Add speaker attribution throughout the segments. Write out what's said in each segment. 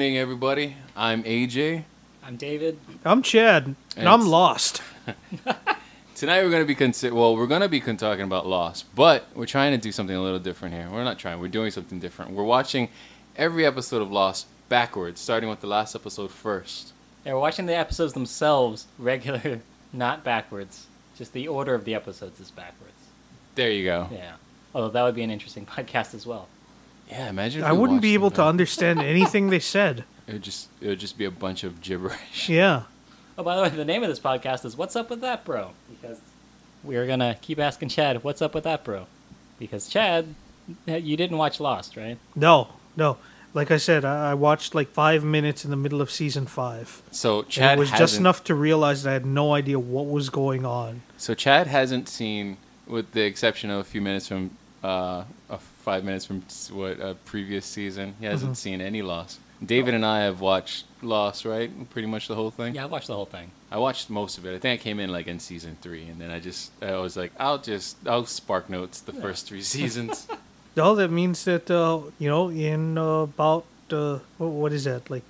Speaker 1: everybody. I'm AJ.
Speaker 2: I'm David.
Speaker 3: I'm Chad, and,
Speaker 1: And
Speaker 3: I'm
Speaker 1: it's-
Speaker 3: lost.
Speaker 1: Tonight we're going to be consi- well, we're going to be con- talking about loss, but we're trying to do something a little different here. We're not trying. We're doing something different. We're watching every episode of Lost backwards, starting with the last episode first.
Speaker 2: Yeah, we're watching the episodes themselves regular, not backwards. Just the order of the episodes is backwards.
Speaker 1: There you go. Yeah,
Speaker 2: Yeah. Although that would be an interesting podcast as well.
Speaker 1: imagine. If
Speaker 3: I
Speaker 1: we
Speaker 3: wouldn't be
Speaker 1: watched
Speaker 3: able
Speaker 1: them,
Speaker 3: to
Speaker 1: man.
Speaker 3: understand anything they said.
Speaker 1: It would just it would just be a bunch of gibberish.
Speaker 3: Yeah.
Speaker 2: Oh, by the way, the name of this podcast is What's Up With That, Bro? Because we're going to keep asking Chad, What's Up With That, Bro? Because Chad, you didn't watch Lost, right?
Speaker 3: No, no. Like I said, I, I watched like five minutes in the middle of season five.
Speaker 1: So
Speaker 3: And
Speaker 1: Chad
Speaker 3: it was just
Speaker 1: hasn't-
Speaker 3: enough to realize that I had no idea what was going on.
Speaker 1: So Chad hasn't seen, with the exception of a few minutes from, uh, uh, five minutes from s- what uh, previous season, he hasn't seen any Lost. David and I have watched Lost, right? Pretty much the whole thing.
Speaker 2: Yeah, I watched the whole thing.
Speaker 1: I watched most of it. I think I came in like in season three, and then I just I was like, I'll just I'll spark notes the first three seasons.
Speaker 3: No, that means that uh, you know, in uh, about uh, what, what is that, like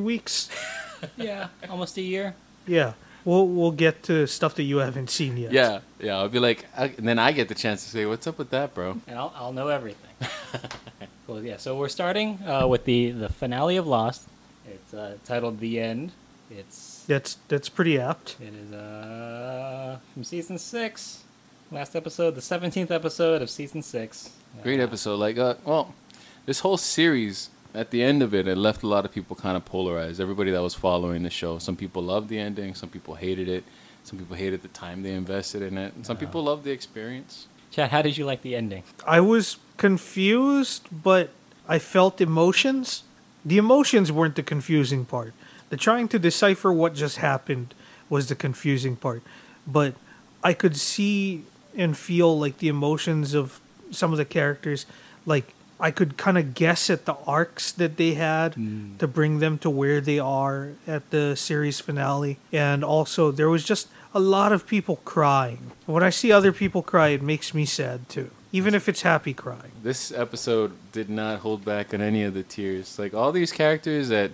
Speaker 3: weeks?
Speaker 2: Yeah, almost a year.
Speaker 3: Yeah, we'll we'll get to stuff that you haven't seen yet.
Speaker 1: yeah, yeah. I'll be like, I, and then I get the chance to say, "What's up with that, bro?"
Speaker 2: and I'll, I'll know everything. well, yeah. So we're starting uh, with the the finale of Lost. It's uh, titled "The End." It's
Speaker 3: that's that's pretty apt.
Speaker 2: it is uh, from season six, last episode, the seventeenth episode of season six.
Speaker 1: Great episode. Like, uh, well, this whole series at the end of it, it left a lot of people kind of polarized. Everybody that was following the show, some people loved the ending, some people hated it, some people hated the time they invested in it, and some people loved the experience.
Speaker 2: Chad, how did you like the ending?
Speaker 3: I was confused, but I felt emotions. The emotions weren't the confusing part. The trying to decipher what just happened was the confusing part. But I could see and feel like the emotions of some of the characters. Like I could kind of guess at the arcs that they had to bring them to where they are at the series finale. And also, there was just a lot of people crying. When I see other people cry, it makes me sad too, even if it's happy crying.
Speaker 1: This episode did not hold back on any of the tears. Like all these characters that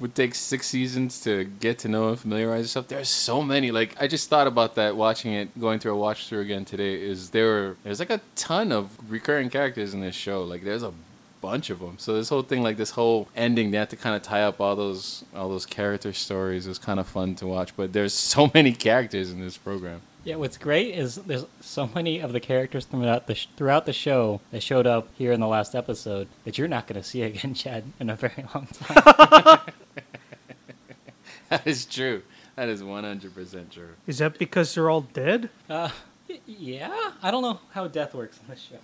Speaker 1: would take six seasons to get to know and familiarize yourself, there's so many. Like I just thought about that watching it, going through a watch through again today. Is there were there's like a ton of recurring characters in this show. Like there's a bunch of them. So this whole thing, like this whole ending, they had to kind of tie up all those all those character stories. It was kind of fun to watch, but there's so many characters in this program.
Speaker 2: Yeah, what's great is there's so many of the characters throughout the sh- throughout the show that showed up here in the last episode that you're not going to see again, Chad, in a very long time.
Speaker 1: That is true. That is 100% true.
Speaker 3: Is that because they're all dead?
Speaker 2: Y- yeah, I don't know how death works in this show.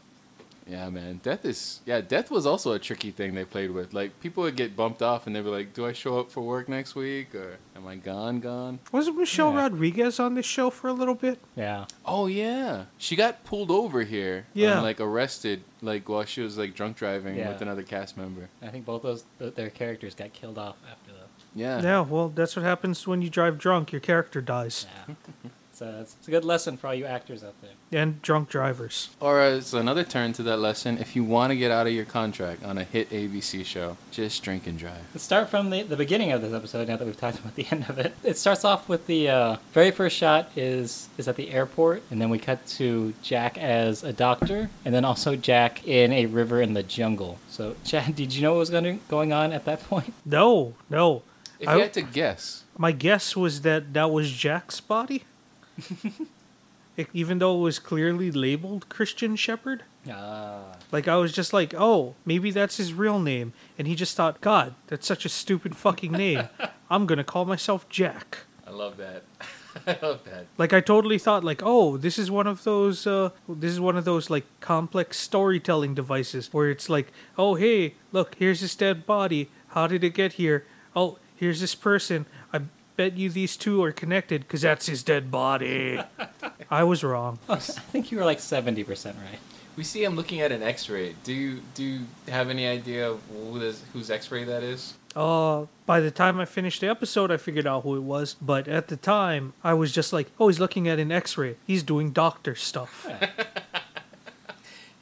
Speaker 1: Yeah, man. Death is yeah, death was also a tricky thing they played with. Like people would get bumped off and they'd be like, Do I show up for work next week or am I gone gone?
Speaker 3: Wasn't Michelle
Speaker 2: Yeah.
Speaker 3: Rodriguez on this show for a little bit?
Speaker 2: Yeah.
Speaker 1: Oh yeah. She got pulled over here.
Speaker 3: Yeah.
Speaker 1: And like arrested like while she was like drunk driving
Speaker 2: Yeah.
Speaker 1: with another cast member.
Speaker 2: I think both those th- their characters got killed off after that.
Speaker 1: Yeah.
Speaker 3: Yeah, well, that's what happens when you drive drunk. Your character dies.
Speaker 2: Yeah. so it's, it's a good lesson for all you actors out there.
Speaker 3: And drunk drivers.
Speaker 1: Or as another turn to that lesson, if you want to get out of your contract on a hit ABC show, just drink and drive.
Speaker 2: Let's start from the, the beginning of this episode. Now that we've talked about the end of it, it starts off with the uh, very first shot is is at the airport, and then we cut to Jack as a doctor, and then also Jack in a river in the jungle. So, Chad, did you know what was going going on at that point?
Speaker 3: No, no.
Speaker 1: If
Speaker 3: I-
Speaker 1: you had to guess,
Speaker 3: My guess was that that was Jack's body. E- even though it was clearly labeled Christian Shepherd.
Speaker 2: Ah,
Speaker 3: Like, I was just like, oh, maybe that's his real name. And he just thought, God, that's such a stupid fucking name. I'm going to call myself Jack.
Speaker 1: I love that. I love that.
Speaker 3: Like I totally thought like, oh, this is one of those uh this is one of those like complex storytelling devices where it's like, oh hey, look, here's this dead body. How did it get here? Oh, here's this person. I bet you these two are connected cuz that's his dead body. I was wrong.
Speaker 2: I think you were like seventy percent right.
Speaker 1: We see him looking at an X-ray. Do you do you have any idea of who this, whose X-ray that is?
Speaker 3: Uh by the time I finished the episode, I figured out who it was, but at the time, I was just like, oh, he's looking at an x-ray. He's doing doctor stuff.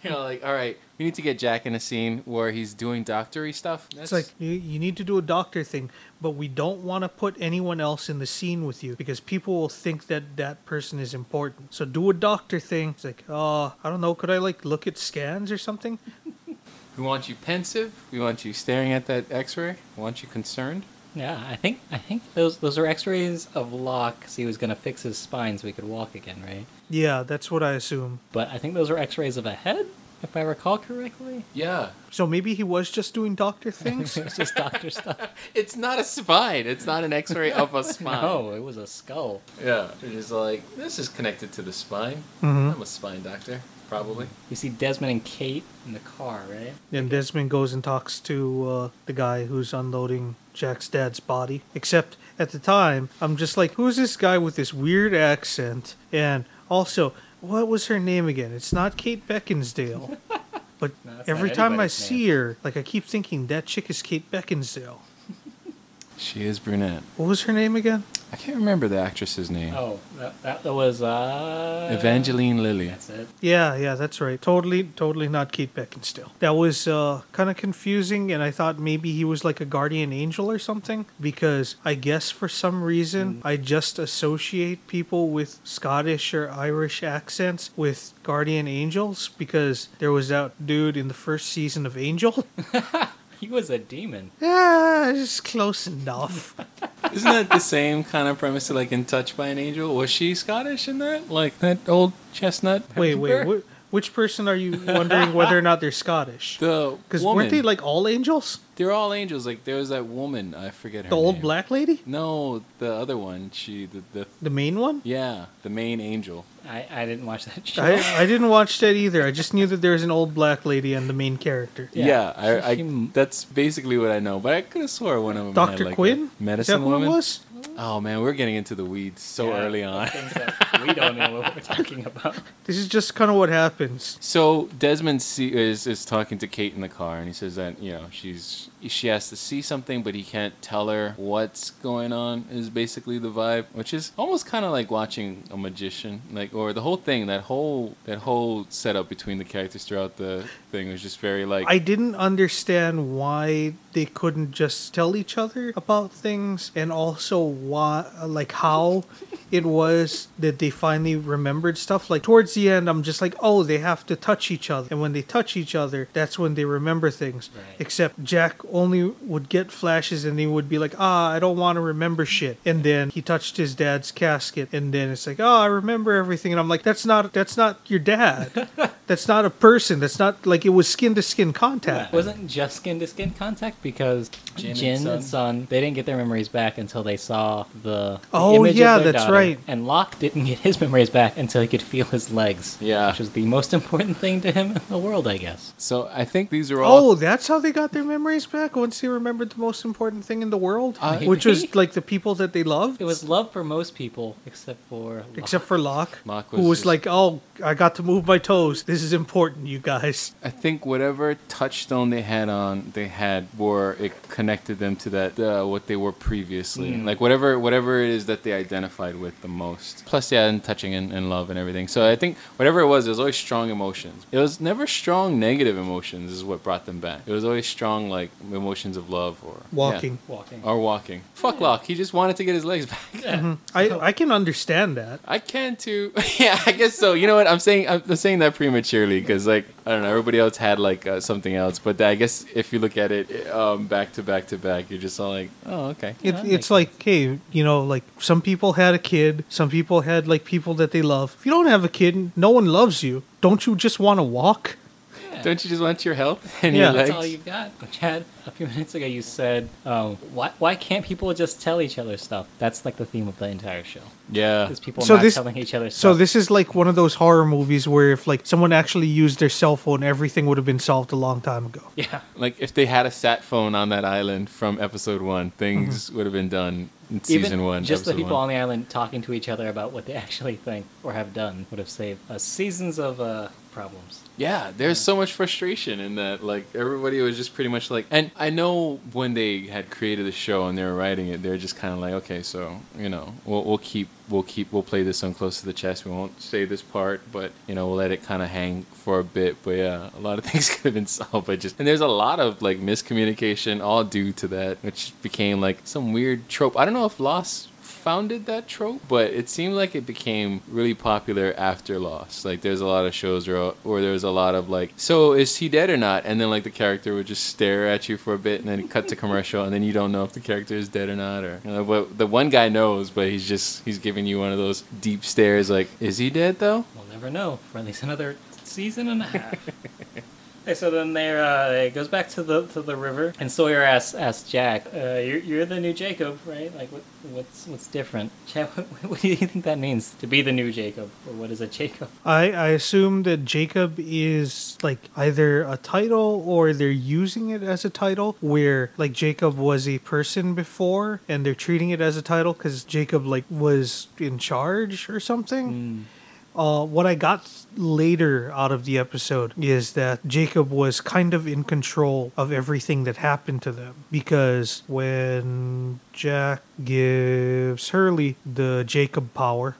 Speaker 1: You know, like, all right, we need to get Jack in a scene where he's doing doctory stuff.
Speaker 3: It's
Speaker 1: That's
Speaker 3: like you, you need to do a doctor thing, but we don't want to put anyone else in the scene with you because people will think that that person is important. So do a doctor thing. It's like, oh, I don't know, could I like look at scans or something?
Speaker 1: we want you pensive. We want you staring at that X-ray. We want you concerned.
Speaker 2: Yeah, I think I think those those are X-rays of Locke. 'cause he was gonna fix his spine so he could walk again, right?
Speaker 3: Yeah, that's what I assume.
Speaker 2: But I think those are X-rays of a head, if I recall correctly.
Speaker 1: Yeah,
Speaker 3: So maybe he was just doing doctor things.
Speaker 2: It's just doctor stuff.
Speaker 1: it's not a spine. It's not an X-ray of a spine.
Speaker 2: No, it was a skull.
Speaker 1: Yeah, Mm-hmm. which is like this is connected to the spine.
Speaker 3: Mhm.
Speaker 1: I'm a spine doctor, probably.
Speaker 2: We see Desmond and Kate in the car, right?
Speaker 3: And Desmond goes and talks to uh, the guy who's unloading Jack's dad's body. Except at the time, I'm just like, who's this guy with this weird accent? And also, what was her name again? It's not Kate Beckinsdale. But
Speaker 2: No, that's
Speaker 3: every
Speaker 2: not
Speaker 3: time I
Speaker 2: anybody's
Speaker 3: see her, like I keep thinking that chick is Kate Beckinsdale.
Speaker 1: She is brunette.
Speaker 3: What was her name again?
Speaker 1: I can't remember the actress's name.
Speaker 2: Oh, that, that was uh
Speaker 1: Evangeline Lilly.
Speaker 2: That's it.
Speaker 3: Yeah, yeah, that's right. Totally, totally not Kate Beckinsdale. That was uh, kind of confusing, and I thought maybe he was like a guardian angel or something because I guess for some reason
Speaker 1: Mm.
Speaker 3: I just associate people with Scottish or Irish accents with guardian angels because there was that dude in the first season of Angel.
Speaker 2: He was a demon.
Speaker 3: yeah, just close enough.
Speaker 1: Isn't that the same kind of premise to like in Touched by an Angel? Was she Scottish in that? Like that old chestnut?
Speaker 3: wait, wait, wh- which person are you wondering whether or not they're Scottish?
Speaker 1: The
Speaker 3: Because
Speaker 1: woman.
Speaker 3: weren't they like all angels?
Speaker 1: They're all angels. Like there was that woman. I forget her.
Speaker 3: The old
Speaker 1: name.
Speaker 3: black lady,
Speaker 1: No, the other one. She the, the
Speaker 3: the main one.
Speaker 1: yeah the main angel.
Speaker 2: I, I didn't watch that show.
Speaker 3: I, I didn't watch that either. I just knew that there was an old black lady and the main character.
Speaker 1: Yeah, I,
Speaker 2: She-
Speaker 1: I that's basically what I know. But I could have swore one of them.
Speaker 3: Dr.
Speaker 1: had, like, a
Speaker 3: Quinn?
Speaker 1: medicine
Speaker 3: Is that who
Speaker 1: woman.
Speaker 3: it was?
Speaker 1: Oh man, we're getting into the weeds so
Speaker 2: Yeah,
Speaker 1: early on.
Speaker 2: Things that we don't know what we're talking about.
Speaker 3: This is just kind of what happens.
Speaker 1: So Desmond see, is is talking to Kate in the car, and he says that you know she's she has to see something, but he can't tell her what's going on. Is basically the vibe, which is almost kind of like watching a magician, like or the whole thing. That whole that whole setup between the characters throughout the thing was just very like
Speaker 3: I didn't understand why they couldn't just tell each other about things and also why, like, how it was that they finally remembered stuff. Like, towards the end, I'm just like, oh, they have to touch each other. And when they touch each other, that's when they remember things.
Speaker 2: Right.
Speaker 3: Except Jack only would get flashes and he would be like, ah, I don't want to remember shit. And then he touched his dad's casket and then it's like, oh, I remember everything. And I'm like, that's not, that's not your dad. That's not a person. That's not like it was skin to skin contact.
Speaker 2: wasn't just skin to skin contact because
Speaker 1: Jin
Speaker 2: Jin,
Speaker 1: and
Speaker 2: and,
Speaker 1: Sun.
Speaker 2: Sun. they didn't get their memories back until they saw the, the
Speaker 3: Oh,
Speaker 2: image of
Speaker 3: yeah,
Speaker 2: their
Speaker 3: that's
Speaker 2: daughter.
Speaker 3: right.
Speaker 2: And Locke didn't get his memories back until he could feel his legs.
Speaker 1: Yeah.
Speaker 2: which was the most important thing to him in the world, I guess.
Speaker 1: so. I think these are all
Speaker 3: Oh, that's how they got their memories back once they remembered the most important thing in the world,
Speaker 1: Uh,
Speaker 3: which was
Speaker 2: maybe.
Speaker 3: like the people that they loved.
Speaker 2: It was love for most people except for Locke.
Speaker 3: except for Locke,
Speaker 1: Locke
Speaker 3: who
Speaker 1: was
Speaker 3: was
Speaker 1: just-
Speaker 3: like, "Oh, I got to move my toes. This is important, you guys."
Speaker 1: I think whatever touchstone they had on, they had where it connected them to that uh, what they were previously,
Speaker 2: Mm.
Speaker 1: like whatever whatever it is that they identified with the most. Plus, yeah, and touching and, and love and everything. So I think whatever it was, it was always strong emotions. It was never strong negative emotions. Is what brought them back. It was always strong like emotions of love or yeah.
Speaker 3: Walking,
Speaker 2: walking.
Speaker 1: or walking. Fuck Locke. He just wanted to get his legs back.
Speaker 3: I I can understand that.
Speaker 1: I can too. yeah, I guess so. You know what? I'm saying I'm saying that prematurely because like I don't know. Everybody else had like uh, something else, but I guess if you look at it um, back to back to back, you're just all like, oh okay.
Speaker 3: It,
Speaker 2: that makes
Speaker 3: it's like, hey, you know, like some people had a kid, some people had like people that they love. If you don't have a kid, no one loves you. Don't you just want to walk?
Speaker 2: Yeah.
Speaker 1: Don't you just want your health and
Speaker 3: Yeah.
Speaker 1: your legs?
Speaker 2: That's all you've got. Chad, a few minutes ago you said, um, why, why can't people just tell each other stuff? That's like the theme of the entire show.
Speaker 1: yeah.
Speaker 2: Is people
Speaker 3: So
Speaker 2: not
Speaker 3: this-
Speaker 2: telling each other stuff.
Speaker 3: So this is like one of those horror movies where if like someone actually used their cell phone, everything would have been solved a long time ago.
Speaker 2: Yeah.
Speaker 1: Like if they had a sat phone on that island from episode one, things would have been done in season
Speaker 2: Mm-hmm. Even
Speaker 1: one.
Speaker 2: Just the
Speaker 1: episode
Speaker 2: people
Speaker 1: one.
Speaker 2: on the island talking to each other about what they actually think or have done would have saved us seasons of uh, problems.
Speaker 1: Yeah, there's so much frustration in that. Like everybody was just pretty much like, and I know when they had created the show and they were writing it, they're just kind of like, okay, so you know, we'll, we'll keep, we'll keep, we'll play this one close to the chest. We won't say this part, but you know, we'll let it kind of hang for a bit. But yeah, a lot of things could have been solved by just, and there's a lot of like miscommunication all due to that, which became like some weird trope. I don't know if Lost founded that trope, but it seemed like it became really popular after Lost. Like there's a lot of shows where, where there's a lot of like, so is he dead or not? And then like the character would just stare at you for a bit, and then cut to commercial, and then you don't know if the character is dead or not. Or you know, but the one guy knows, but he's just he's giving you one of those deep stares, like is he dead though?
Speaker 2: We'll never know for at least another season and a half. Okay, so then there uh, it goes back to the to the river, and Sawyer asks asks Jack, uh, "You're you're the new Jacob, right? Like what what's what's different? Jack, what, what do you think that means to be the new Jacob, or what is a Jacob?
Speaker 3: I, I assume that Jacob is like either a title or they're using it as a title where like Jacob was a person before and they're treating it as a title because Jacob like was in charge or something. Uh, what I got later out of the episode is that Jacob was kind of in control of everything that happened to them because when Jack gives Hurley the Jacob power,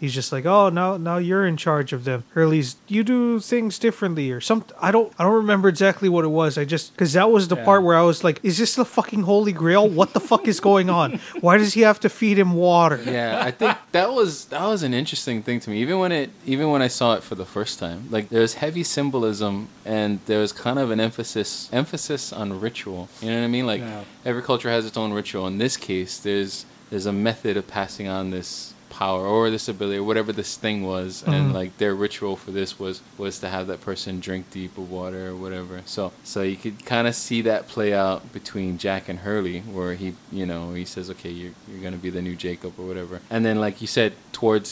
Speaker 3: He's just like, oh, now now you're in charge of them. Hurley's, you do things differently or something. I don't I don't remember exactly what it was. I just because that was the
Speaker 2: Yeah.
Speaker 3: part where I was like, is this the fucking Holy Grail? What the fuck is going on? Why does he have to feed him water?
Speaker 1: yeah, I think that was that was an interesting thing to me. Even when it even when I saw it for the first time, like there was heavy symbolism and there was kind of an emphasis emphasis on ritual. You know what I mean? Like
Speaker 2: Yeah.
Speaker 1: every culture has its own ritual. In this case, there's there's a method of passing on this power or this ability or whatever this thing was and like their ritual for this was was to have that person drink deep of water or whatever so so you could kind of see that play out between jack and hurley where he you know he says okay you're, you're gonna be the new jacob or whatever and then like you said towards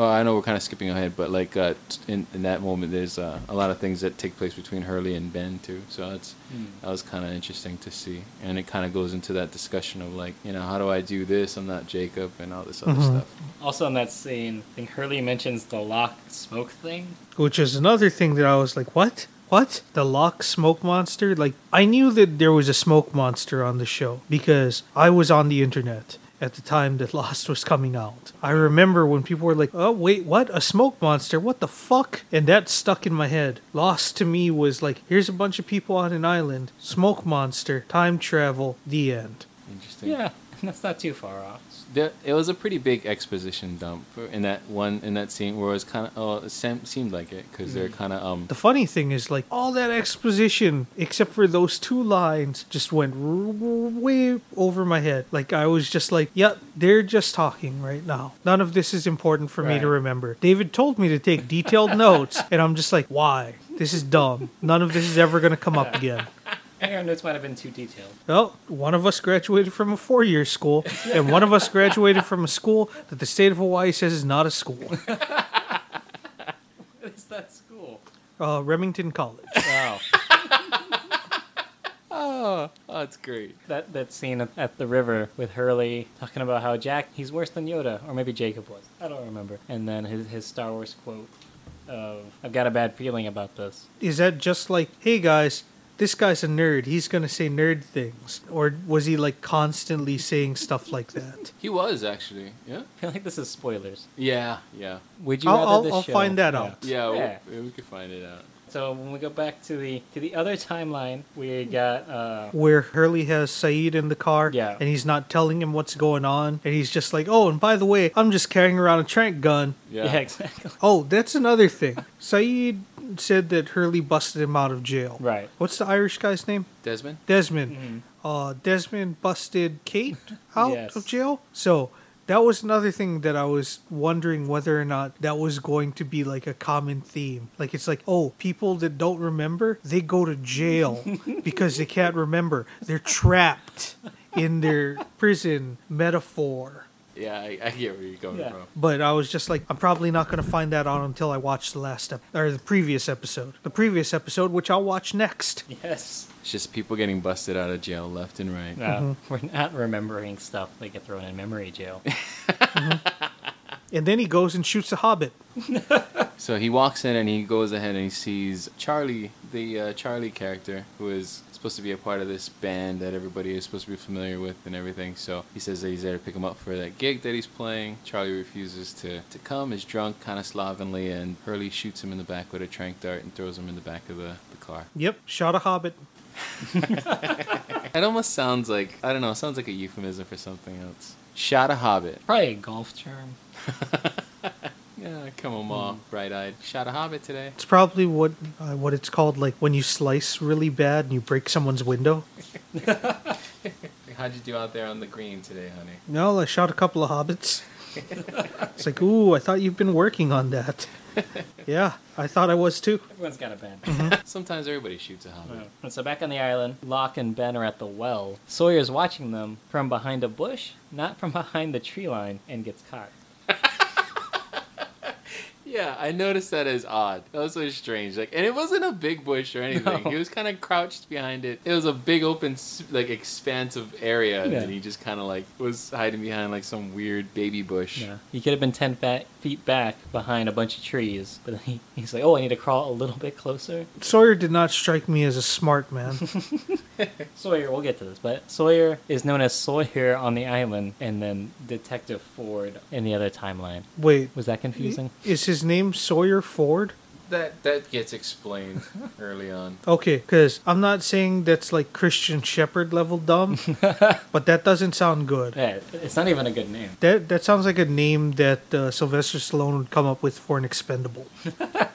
Speaker 1: Oh, I know we're kind of skipping ahead, but like uh, t- in in that moment, there's uh, a lot of things that take place between Hurley and Ben too. So it's
Speaker 2: Hmm.
Speaker 1: that was kind of interesting to see, and it kind of goes into that discussion of like, you know, how do I do this? I'm not Jacob, and all this other stuff.
Speaker 2: Also in that scene, I think Hurley mentions the lock smoke thing.
Speaker 3: Which is another thing that I was like, what? What? The lock smoke monster? Like I knew that there was a smoke monster on the show because I was on the internet at the time that Lost was coming out. I remember when people were like, "Oh, wait, what? A smoke monster? What the fuck?" And that stuck in my head. Lost to me was like, here's a bunch of people on an island, smoke monster, time travel, the end.
Speaker 1: Interesting.
Speaker 2: Yeah, that's not too far off.
Speaker 1: there, it was a pretty big exposition dump for- in that one in that scene where it was kind of oh, it sem- seemed like it because
Speaker 2: Hmm.
Speaker 1: they're kind of um
Speaker 3: The funny thing is, like, all that exposition, except for those two lines, just went r- r- way over my head. Like, I was just like, yep, they're just talking right now. None of this is important for me to
Speaker 2: Right.
Speaker 3: remember. David told me to take detailed notes, and I'm just like, why? This is dumb. None of this is ever going to come up again.
Speaker 2: I think our notes might have been too detailed.
Speaker 3: Well, one of us graduated from a four year school, and one of us graduated from a school that the state of Hawaii says is not a school
Speaker 2: What is that school?
Speaker 3: uh, Remington College.
Speaker 2: Wow.
Speaker 1: oh oh it's great
Speaker 2: that that scene at- at the river with Hurley talking about how Jack he's worse than Yoda or maybe Jacob was I don't remember and then his his Star Wars quote of I've got a bad feeling about this
Speaker 3: is that just like hey guys this guy's a nerd he's gonna say nerd things or was he like constantly saying stuff like that
Speaker 1: he was actually yeah
Speaker 2: I feel like this is spoilers
Speaker 1: yeah yeah
Speaker 2: would you
Speaker 3: I'll-
Speaker 2: rather
Speaker 3: I'll-
Speaker 2: this
Speaker 3: I'll
Speaker 2: show-
Speaker 3: find that
Speaker 2: Yeah.
Speaker 3: out.
Speaker 1: yeah, we'll-
Speaker 2: Yeah.
Speaker 1: We, could find it out
Speaker 2: so when we go back to the to the other timeline we got uh
Speaker 3: where hurley has saeed in the car
Speaker 2: Yeah.
Speaker 3: and he's not telling him what's going on and he's just like oh and by the way i'm just carrying around a trank gun
Speaker 1: yeah,
Speaker 2: exactly
Speaker 3: oh that's another thing saeed said that hurley busted him out of jail
Speaker 2: right
Speaker 3: what's the irish guy's name
Speaker 1: Desmond
Speaker 3: Desmond. Uh, Desmond busted Kate out
Speaker 2: Yes.
Speaker 3: of jail. So that was another thing that I was wondering whether or not that was going to be like a common theme. Like it's like, oh, people that don't remember, they go to jail because they can't remember. They're trapped in their prison metaphor.
Speaker 1: yeah I, I get where you're going
Speaker 2: Yeah.
Speaker 1: from
Speaker 3: But I was just like, I'm probably not going to find that out until I watch the last ep- or the previous episode, the previous episode, which I'll watch next.
Speaker 2: yes
Speaker 1: it's just people getting busted out of jail left and right
Speaker 2: no
Speaker 3: Mm-hmm.
Speaker 2: we're not remembering stuff they get thrown in memory jail
Speaker 3: And then he goes and shoots a hobbit.
Speaker 1: So he walks in and he goes ahead and he sees Charlie, the uh, Charlie character, who is supposed to be a part of this band that everybody is supposed to be familiar with and everything. So he says that he's there to pick him up for that gig that he's playing. Charlie refuses to, to come, is drunk, kind of slovenly, and Hurley shoots him in the back with a trank dart and throws him in the back of the, the car.
Speaker 3: Yep, shot a hobbit.
Speaker 1: It almost sounds like, I don't know, it sounds like a euphemism for something else. Shot a hobbit.
Speaker 2: Probably a golf term.
Speaker 1: Yeah, come on, Ma, bright eyed. Shot a hobbit today.
Speaker 3: It's probably what uh, what it's called, like when you slice really bad and you break someone's window.
Speaker 1: How'd you do out there on the green today, honey?
Speaker 3: No, I shot a couple of hobbits. it's like, ooh, I thought you've been working on that. yeah, I thought I was too.
Speaker 2: Everyone's got a band.
Speaker 1: Sometimes everybody shoots a hobbit.
Speaker 2: Right. So back on the island, Locke and Ben are at the well. Sawyer's watching them from behind a bush, not from behind the tree line, and gets caught.
Speaker 1: Yeah, I noticed that as odd. That was so strange. Like, and it wasn't a big bush or anything.
Speaker 2: No.
Speaker 1: He was kind of crouched behind it. It was a big open, s- like, expansive area,
Speaker 2: Yeah.
Speaker 1: and he just kind of like was hiding behind like some weird baby bush.
Speaker 2: Yeah. He could have been 10 fa- feet back behind a bunch of trees, but then he, he's like, oh, I need to crawl a little bit closer.
Speaker 3: Sawyer did not strike me as a smart man.
Speaker 2: Sawyer, we'll get to this, but Sawyer is known as Sawyer on the island, and then Detective Ford in the other timeline.
Speaker 3: Wait,
Speaker 2: Was that confusing?
Speaker 3: is his name Sawyer Ford?
Speaker 1: That that gets explained early on.
Speaker 3: Okay, because I'm not saying that's like Christian Shepherd level dumb, but that doesn't sound good.
Speaker 2: Yeah, it's not even a good name.
Speaker 3: That that sounds like a name that uh, Sylvester Stallone would come up with for an expendable.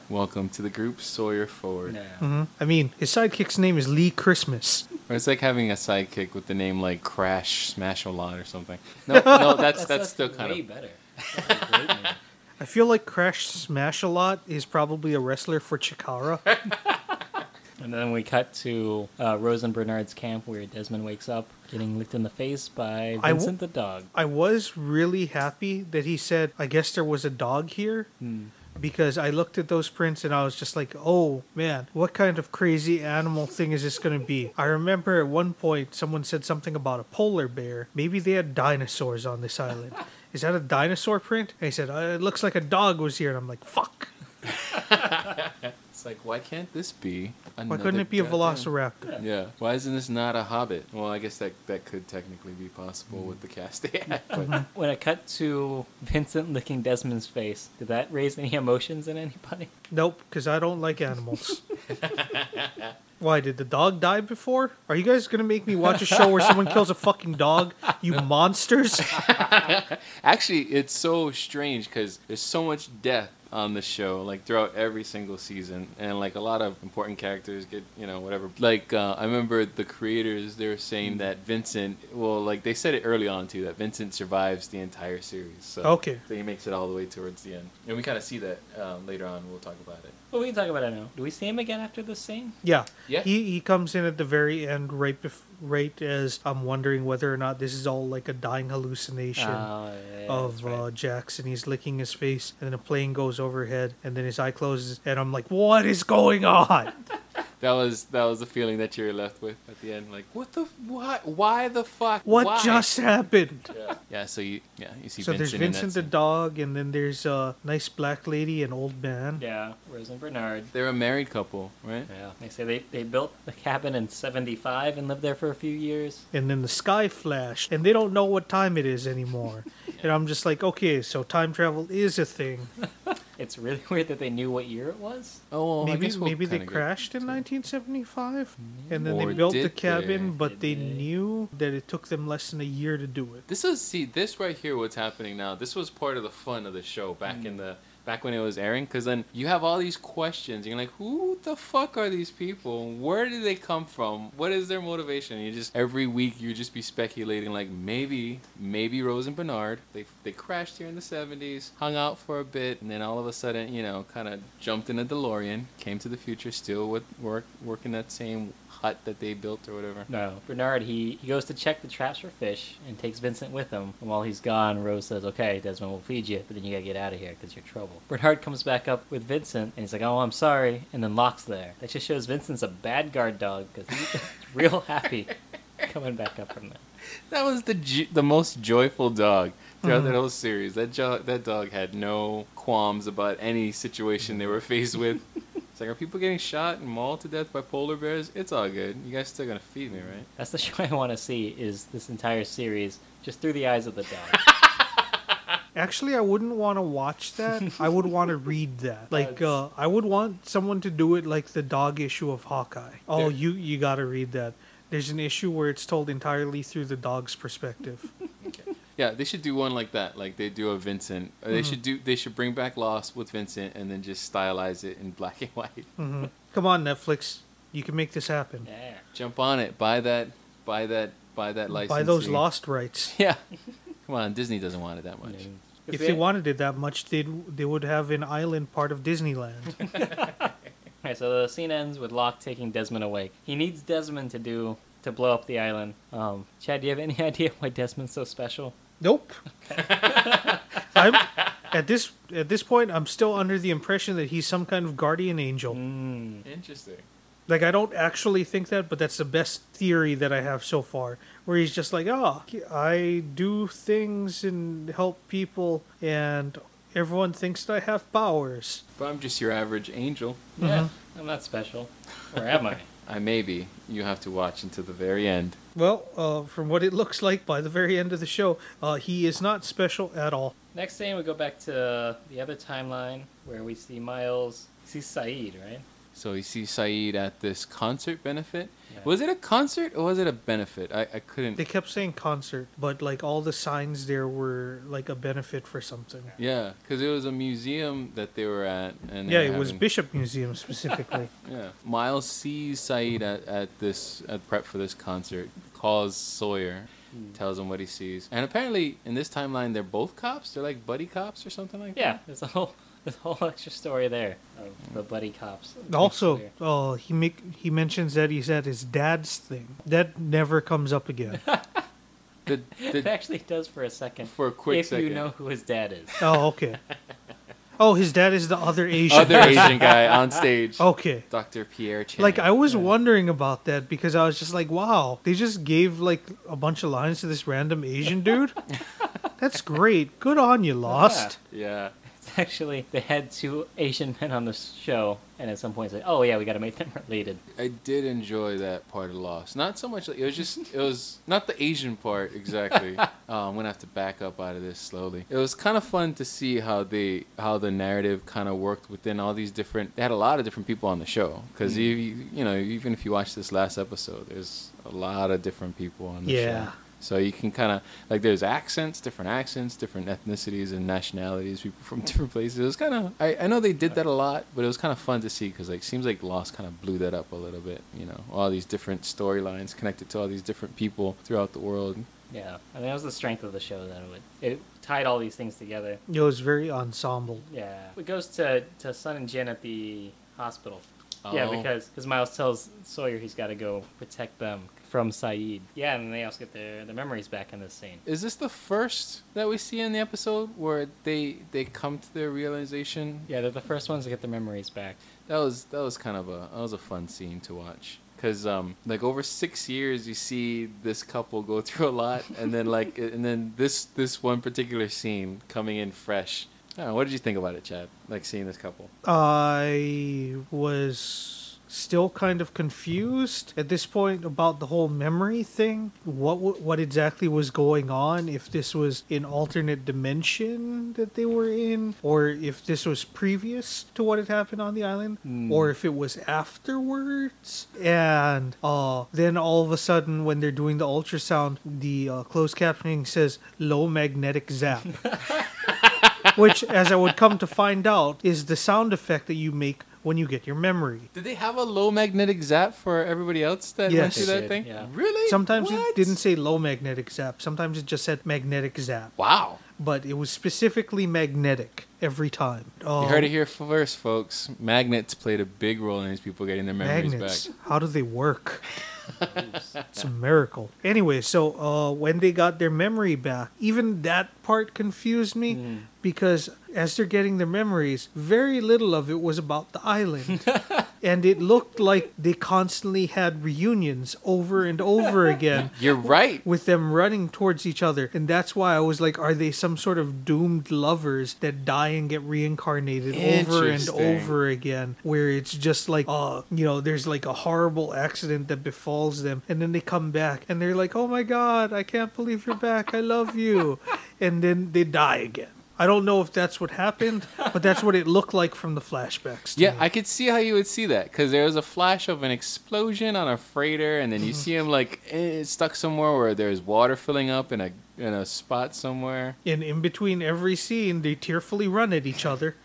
Speaker 1: Welcome to the group Sawyer Ford.
Speaker 2: Yeah.
Speaker 3: hmm I mean, his sidekick's name is Lee Christmas.
Speaker 1: Or it's like having a sidekick with the name like Crash Smash a lot or something. No, no, that's that's, still kind
Speaker 2: way
Speaker 1: of
Speaker 2: better. That's a great name.
Speaker 3: I feel like Crash Smash a lot is probably a wrestler for Chikara.
Speaker 2: And then we cut to uh, Rose and Bernard's camp where Desmond wakes up getting licked in the face by
Speaker 3: I wo-
Speaker 2: Vincent the dog.
Speaker 3: I was really happy that he said, I guess there was a dog here. Because I looked at those prints and I was just like, oh man, what kind of crazy animal thing is this going to be? I remember at one point someone said something about a polar bear. Maybe they had dinosaurs on this island. is that a dinosaur print? And he said, uh, it looks like a dog was here. And I'm like, fuck.
Speaker 1: it's like why can't this be?
Speaker 3: Why couldn't it be a velociraptor?
Speaker 1: Yeah. Why isn't this not a hobbit? Well, I guess that that could technically be possible with the cast they had. But
Speaker 2: When I cut to Vincent licking Desmond's face, did that raise any emotions in anybody?
Speaker 3: Nope, because I don't like animals. Why did the dog die before? Are you guys gonna make me watch a show where someone kills a fucking dog? You monsters!
Speaker 1: actually, it's so strange because there's so much death on the show, like throughout every single season, and like a lot of important characters get you know whatever. Like uh, I remember the creators they were saying that Vincent, well, like they said it early on too that Vincent survives the entire series. So
Speaker 3: Okay.
Speaker 1: so he makes it all the way towards the end, and we kind of see that uh, later on. We'll talk about it.
Speaker 2: Well, we can talk about it now. Do we see him again after this scene?
Speaker 3: Yeah,
Speaker 1: Yeah.
Speaker 3: He he comes in at the very end, right bef- right as I'm wondering whether or not this is all like a dying hallucination.
Speaker 2: Oh, yeah, that's
Speaker 3: of
Speaker 2: right.
Speaker 3: uh, Jackson, he's licking his face, and then a plane goes overhead, and then his eye closes, and I'm like, "What is going on?"
Speaker 1: That was that was the feeling that you're left with at the end. Like, what the why? Why the fuck?
Speaker 3: What
Speaker 1: Why?
Speaker 3: just happened?
Speaker 1: Yeah. yeah. So you yeah you see
Speaker 3: so
Speaker 1: Vincent.
Speaker 3: there's
Speaker 1: in that
Speaker 3: Vincent the
Speaker 1: scene.
Speaker 3: dog, and then there's a nice black lady and old man.
Speaker 2: Yeah, Rose and Bernard.
Speaker 1: They're a married couple, right?
Speaker 2: Yeah. They say they, they built the cabin in 75 and lived there for a few years.
Speaker 3: and then the sky flash and they don't know what time it is anymore and i'm just like okay so time travel is a thing
Speaker 2: It's really weird that they knew what year it was.
Speaker 1: Oh, well, I
Speaker 3: maybe
Speaker 1: guess we'll
Speaker 3: maybe they
Speaker 1: kinda get-
Speaker 3: crashed in 1975 and then
Speaker 1: Or
Speaker 3: they built
Speaker 1: did
Speaker 3: the cabin
Speaker 1: they?
Speaker 3: but they
Speaker 2: Did they?
Speaker 3: knew that it took them less than a year to do it
Speaker 1: This is see this right here. What's happening now? This was part of the fun of the show back in the back when it was airing. Because then you have all these questions. You're like, who the fuck are these people? Where did they come from? What is their motivation? You just every week you just be speculating. Like maybe maybe Rose and Bernard they they crashed here in the '70s, hung out for a bit, and then all of a sudden you know kind of jumped in a DeLorean, came to the future, still with work working that same hut that they built or whatever.
Speaker 2: No. Bernard, he, he goes to check the traps for fish and takes Vincent with him. And while he's gone, Rose says, okay, Desmond will feed you, but then you gotta get out of here because you're trouble. Bernard comes back up with Vincent and he's like, oh, I'm sorry, and then Locke's there. That just shows Vincent's a bad guard dog because he's real happy coming back up from there.
Speaker 1: That was the ju- the most joyful dog. throughout
Speaker 3: Mm-hmm.
Speaker 1: that whole series. That jo- that dog had no qualms about any situation they were faced with. It's like, are people getting shot and mauled to death by polar bears? It's all good. You guys still gonna feed me, right?
Speaker 2: That's the show I want to see is this entire series just through the eyes of the dog.
Speaker 3: Actually, I wouldn't want to watch that. I would want to read that. Like, uh, I would want someone to do it like the dog issue of Hawkeye. Oh,
Speaker 1: There-
Speaker 3: you you got to read that. There's an issue where it's told entirely through the dog's perspective.
Speaker 1: Yeah, they should do one like that. Like they do a Vincent. Or They
Speaker 3: Mm.
Speaker 1: should do. They should bring back Lost with Vincent and then just stylize it in black and white.
Speaker 3: Hmm. Come on, Netflix, you can make this happen.
Speaker 2: yeah.
Speaker 1: Jump on it. Buy that. Buy that. Buy that license.
Speaker 3: Buy those lost rights.
Speaker 1: Yeah. Come on, Disney doesn't want it that much.
Speaker 2: No.
Speaker 3: If they wanted it that much, they would they would have an island part of Disneyland.
Speaker 2: All right, so the scene ends with Locke taking Desmond away. He needs Desmond to do to blow up the island. Um, Chad, do you have any idea why Desmond's so special?
Speaker 3: nope. I'm, at this at this point, I'm still under the impression that he's some kind of guardian angel.
Speaker 1: Interesting.
Speaker 3: Like I don't actually think that, but that's the best theory that I have so far. Where he's just like, "Oh, I do things and help people, and everyone thinks that I have powers."
Speaker 1: But I'm just your average angel.
Speaker 2: Yeah,
Speaker 1: Mm-hmm.
Speaker 2: I'm not special. Or am I?
Speaker 1: I may be. You have to watch until the very end.
Speaker 3: Well, uh, from what it looks like by the very end of the show, uh, he is not special at all.
Speaker 2: Next scene, we go back to the other timeline where we see Miles. We see Saeed, right?
Speaker 1: So you see Saeed at this concert benefit.
Speaker 2: Yeah.
Speaker 1: Was it a concert or was it a benefit? I, I couldn't.
Speaker 3: They kept saying concert, but like all the signs there were like a benefit for something.
Speaker 1: Yeah, because it was a museum that they were at, and they
Speaker 3: Yeah,
Speaker 1: were
Speaker 3: it was
Speaker 1: having-
Speaker 3: Bishop Museum specifically.
Speaker 1: Yeah, Miles sees Saeed at, at this at prep for this concert. Calls Sawyer,
Speaker 3: Hmm.
Speaker 1: tells him what he sees, and apparently in this timeline they're both cops. They're like buddy cops or something like
Speaker 2: Yeah, there's a whole there's a whole extra story there of the buddy cops.
Speaker 3: also, uh, he make, he mentions that he's at his dad's thing. That never comes up again.
Speaker 1: that. The,
Speaker 2: it
Speaker 1: the,
Speaker 2: actually does for a second.
Speaker 1: for a quick
Speaker 2: if
Speaker 1: second,
Speaker 2: you know who his dad is.
Speaker 3: Oh, okay. Oh, his dad is the other Asian.
Speaker 1: other Asian guy on stage,
Speaker 3: Okay.
Speaker 1: Dr. Pierre Chang.
Speaker 3: Oh. Like I was wondering about that because I was just like, wow, they just gave like a bunch of lines to this random Asian dude. That's great. Good on you, Lost.
Speaker 1: yeah.
Speaker 2: It's actually they had two Asian men on the show, and at some point said, "Oh yeah, we got to make them related."
Speaker 1: I did enjoy that part of Lost. Not so much. It was just. It was not the Asian part exactly. uh, I'm gonna have to back up out of this slowly. It was kind of fun to see how they how the narrative kind of worked within all these different. They had a lot of different people on the show because you you know even if you watch this last episode, there's a lot of different people on the
Speaker 3: Yeah.
Speaker 1: show. So you can kind of like there's accents, different accents, different ethnicities and nationalities, people from different places. It was kind of I, I know they did that a lot, but it was kind of fun to see because like seems like Lost kind of blew that up a little bit. You know, all these different storylines connected to all these different people throughout the world.
Speaker 2: Yeah, I mean that was the strength of the show that it, would, it tied all these things together.
Speaker 3: It was very ensemble.
Speaker 2: Yeah, it goes to to Sun and Jin at the hospital. Yeah,
Speaker 1: Oh.
Speaker 2: because because Miles tells Sawyer he's got to go protect them from Saeed. Yeah, and they also get their their memories back in this scene.
Speaker 1: Is this the first that we see in the episode where they they come to their realization?
Speaker 2: Yeah, they're the first ones to get their memories back.
Speaker 1: That was that was kind of a that was a fun scene to watch because um like over six years you see this couple go through a lot and then like and then this this one particular scene coming in fresh. I don't know, what did you think about it, Chad? Like seeing this couple.
Speaker 3: I was still kind of confused at this point about the whole memory thing. What w- what exactly was going on? If this was an alternate dimension that they were in, or if this was previous to what had happened on the island, or if it was afterwards. And uh, then all of a sudden, when they're doing the ultrasound, the uh, closed captioning says "low magnetic zap." which, as I would come to find out, is the sound effect that you make when you get your memory.
Speaker 1: Did they have a low magnetic zap for everybody else that went
Speaker 3: Yes.
Speaker 1: through
Speaker 3: They
Speaker 1: that
Speaker 2: did,
Speaker 1: thing?
Speaker 2: yeah.
Speaker 1: Really?
Speaker 3: Sometimes
Speaker 1: What?
Speaker 3: it didn't say low magnetic zap, sometimes it just said magnetic zap,
Speaker 1: Wow.
Speaker 3: but it was specifically magnetic every time. Oh,
Speaker 1: You heard it here first, folks. Magnets played a big role in these people getting their memories
Speaker 3: Magnets,
Speaker 1: back.
Speaker 3: how do they work? it's a miracle. Anyway, so uh, when they got their memory back, even that part confused me because as they're getting their memories, very little of it was about the island. and it looked like they constantly had reunions over and over again
Speaker 1: You're right.
Speaker 3: with them running towards each other. And that's why I was like, are they some sort of doomed lovers that die and get reincarnated over and
Speaker 1: Interesting.
Speaker 3: over again? Where it's just like, uh, you know, there's like a horrible accident that befalls them. And then they come back and they're like, oh my God, I can't believe you're back. I love you. And then they die again. I don't know if that's what happened, but that's what it looked like from the flashbacks. to
Speaker 1: Yeah,
Speaker 3: me.
Speaker 1: I could see how you would see that because there was a flash of an explosion on a freighter, and then you see him like eh, stuck somewhere where there's water filling up in a in a spot somewhere.
Speaker 3: And in between every scene, they tearfully run at each other.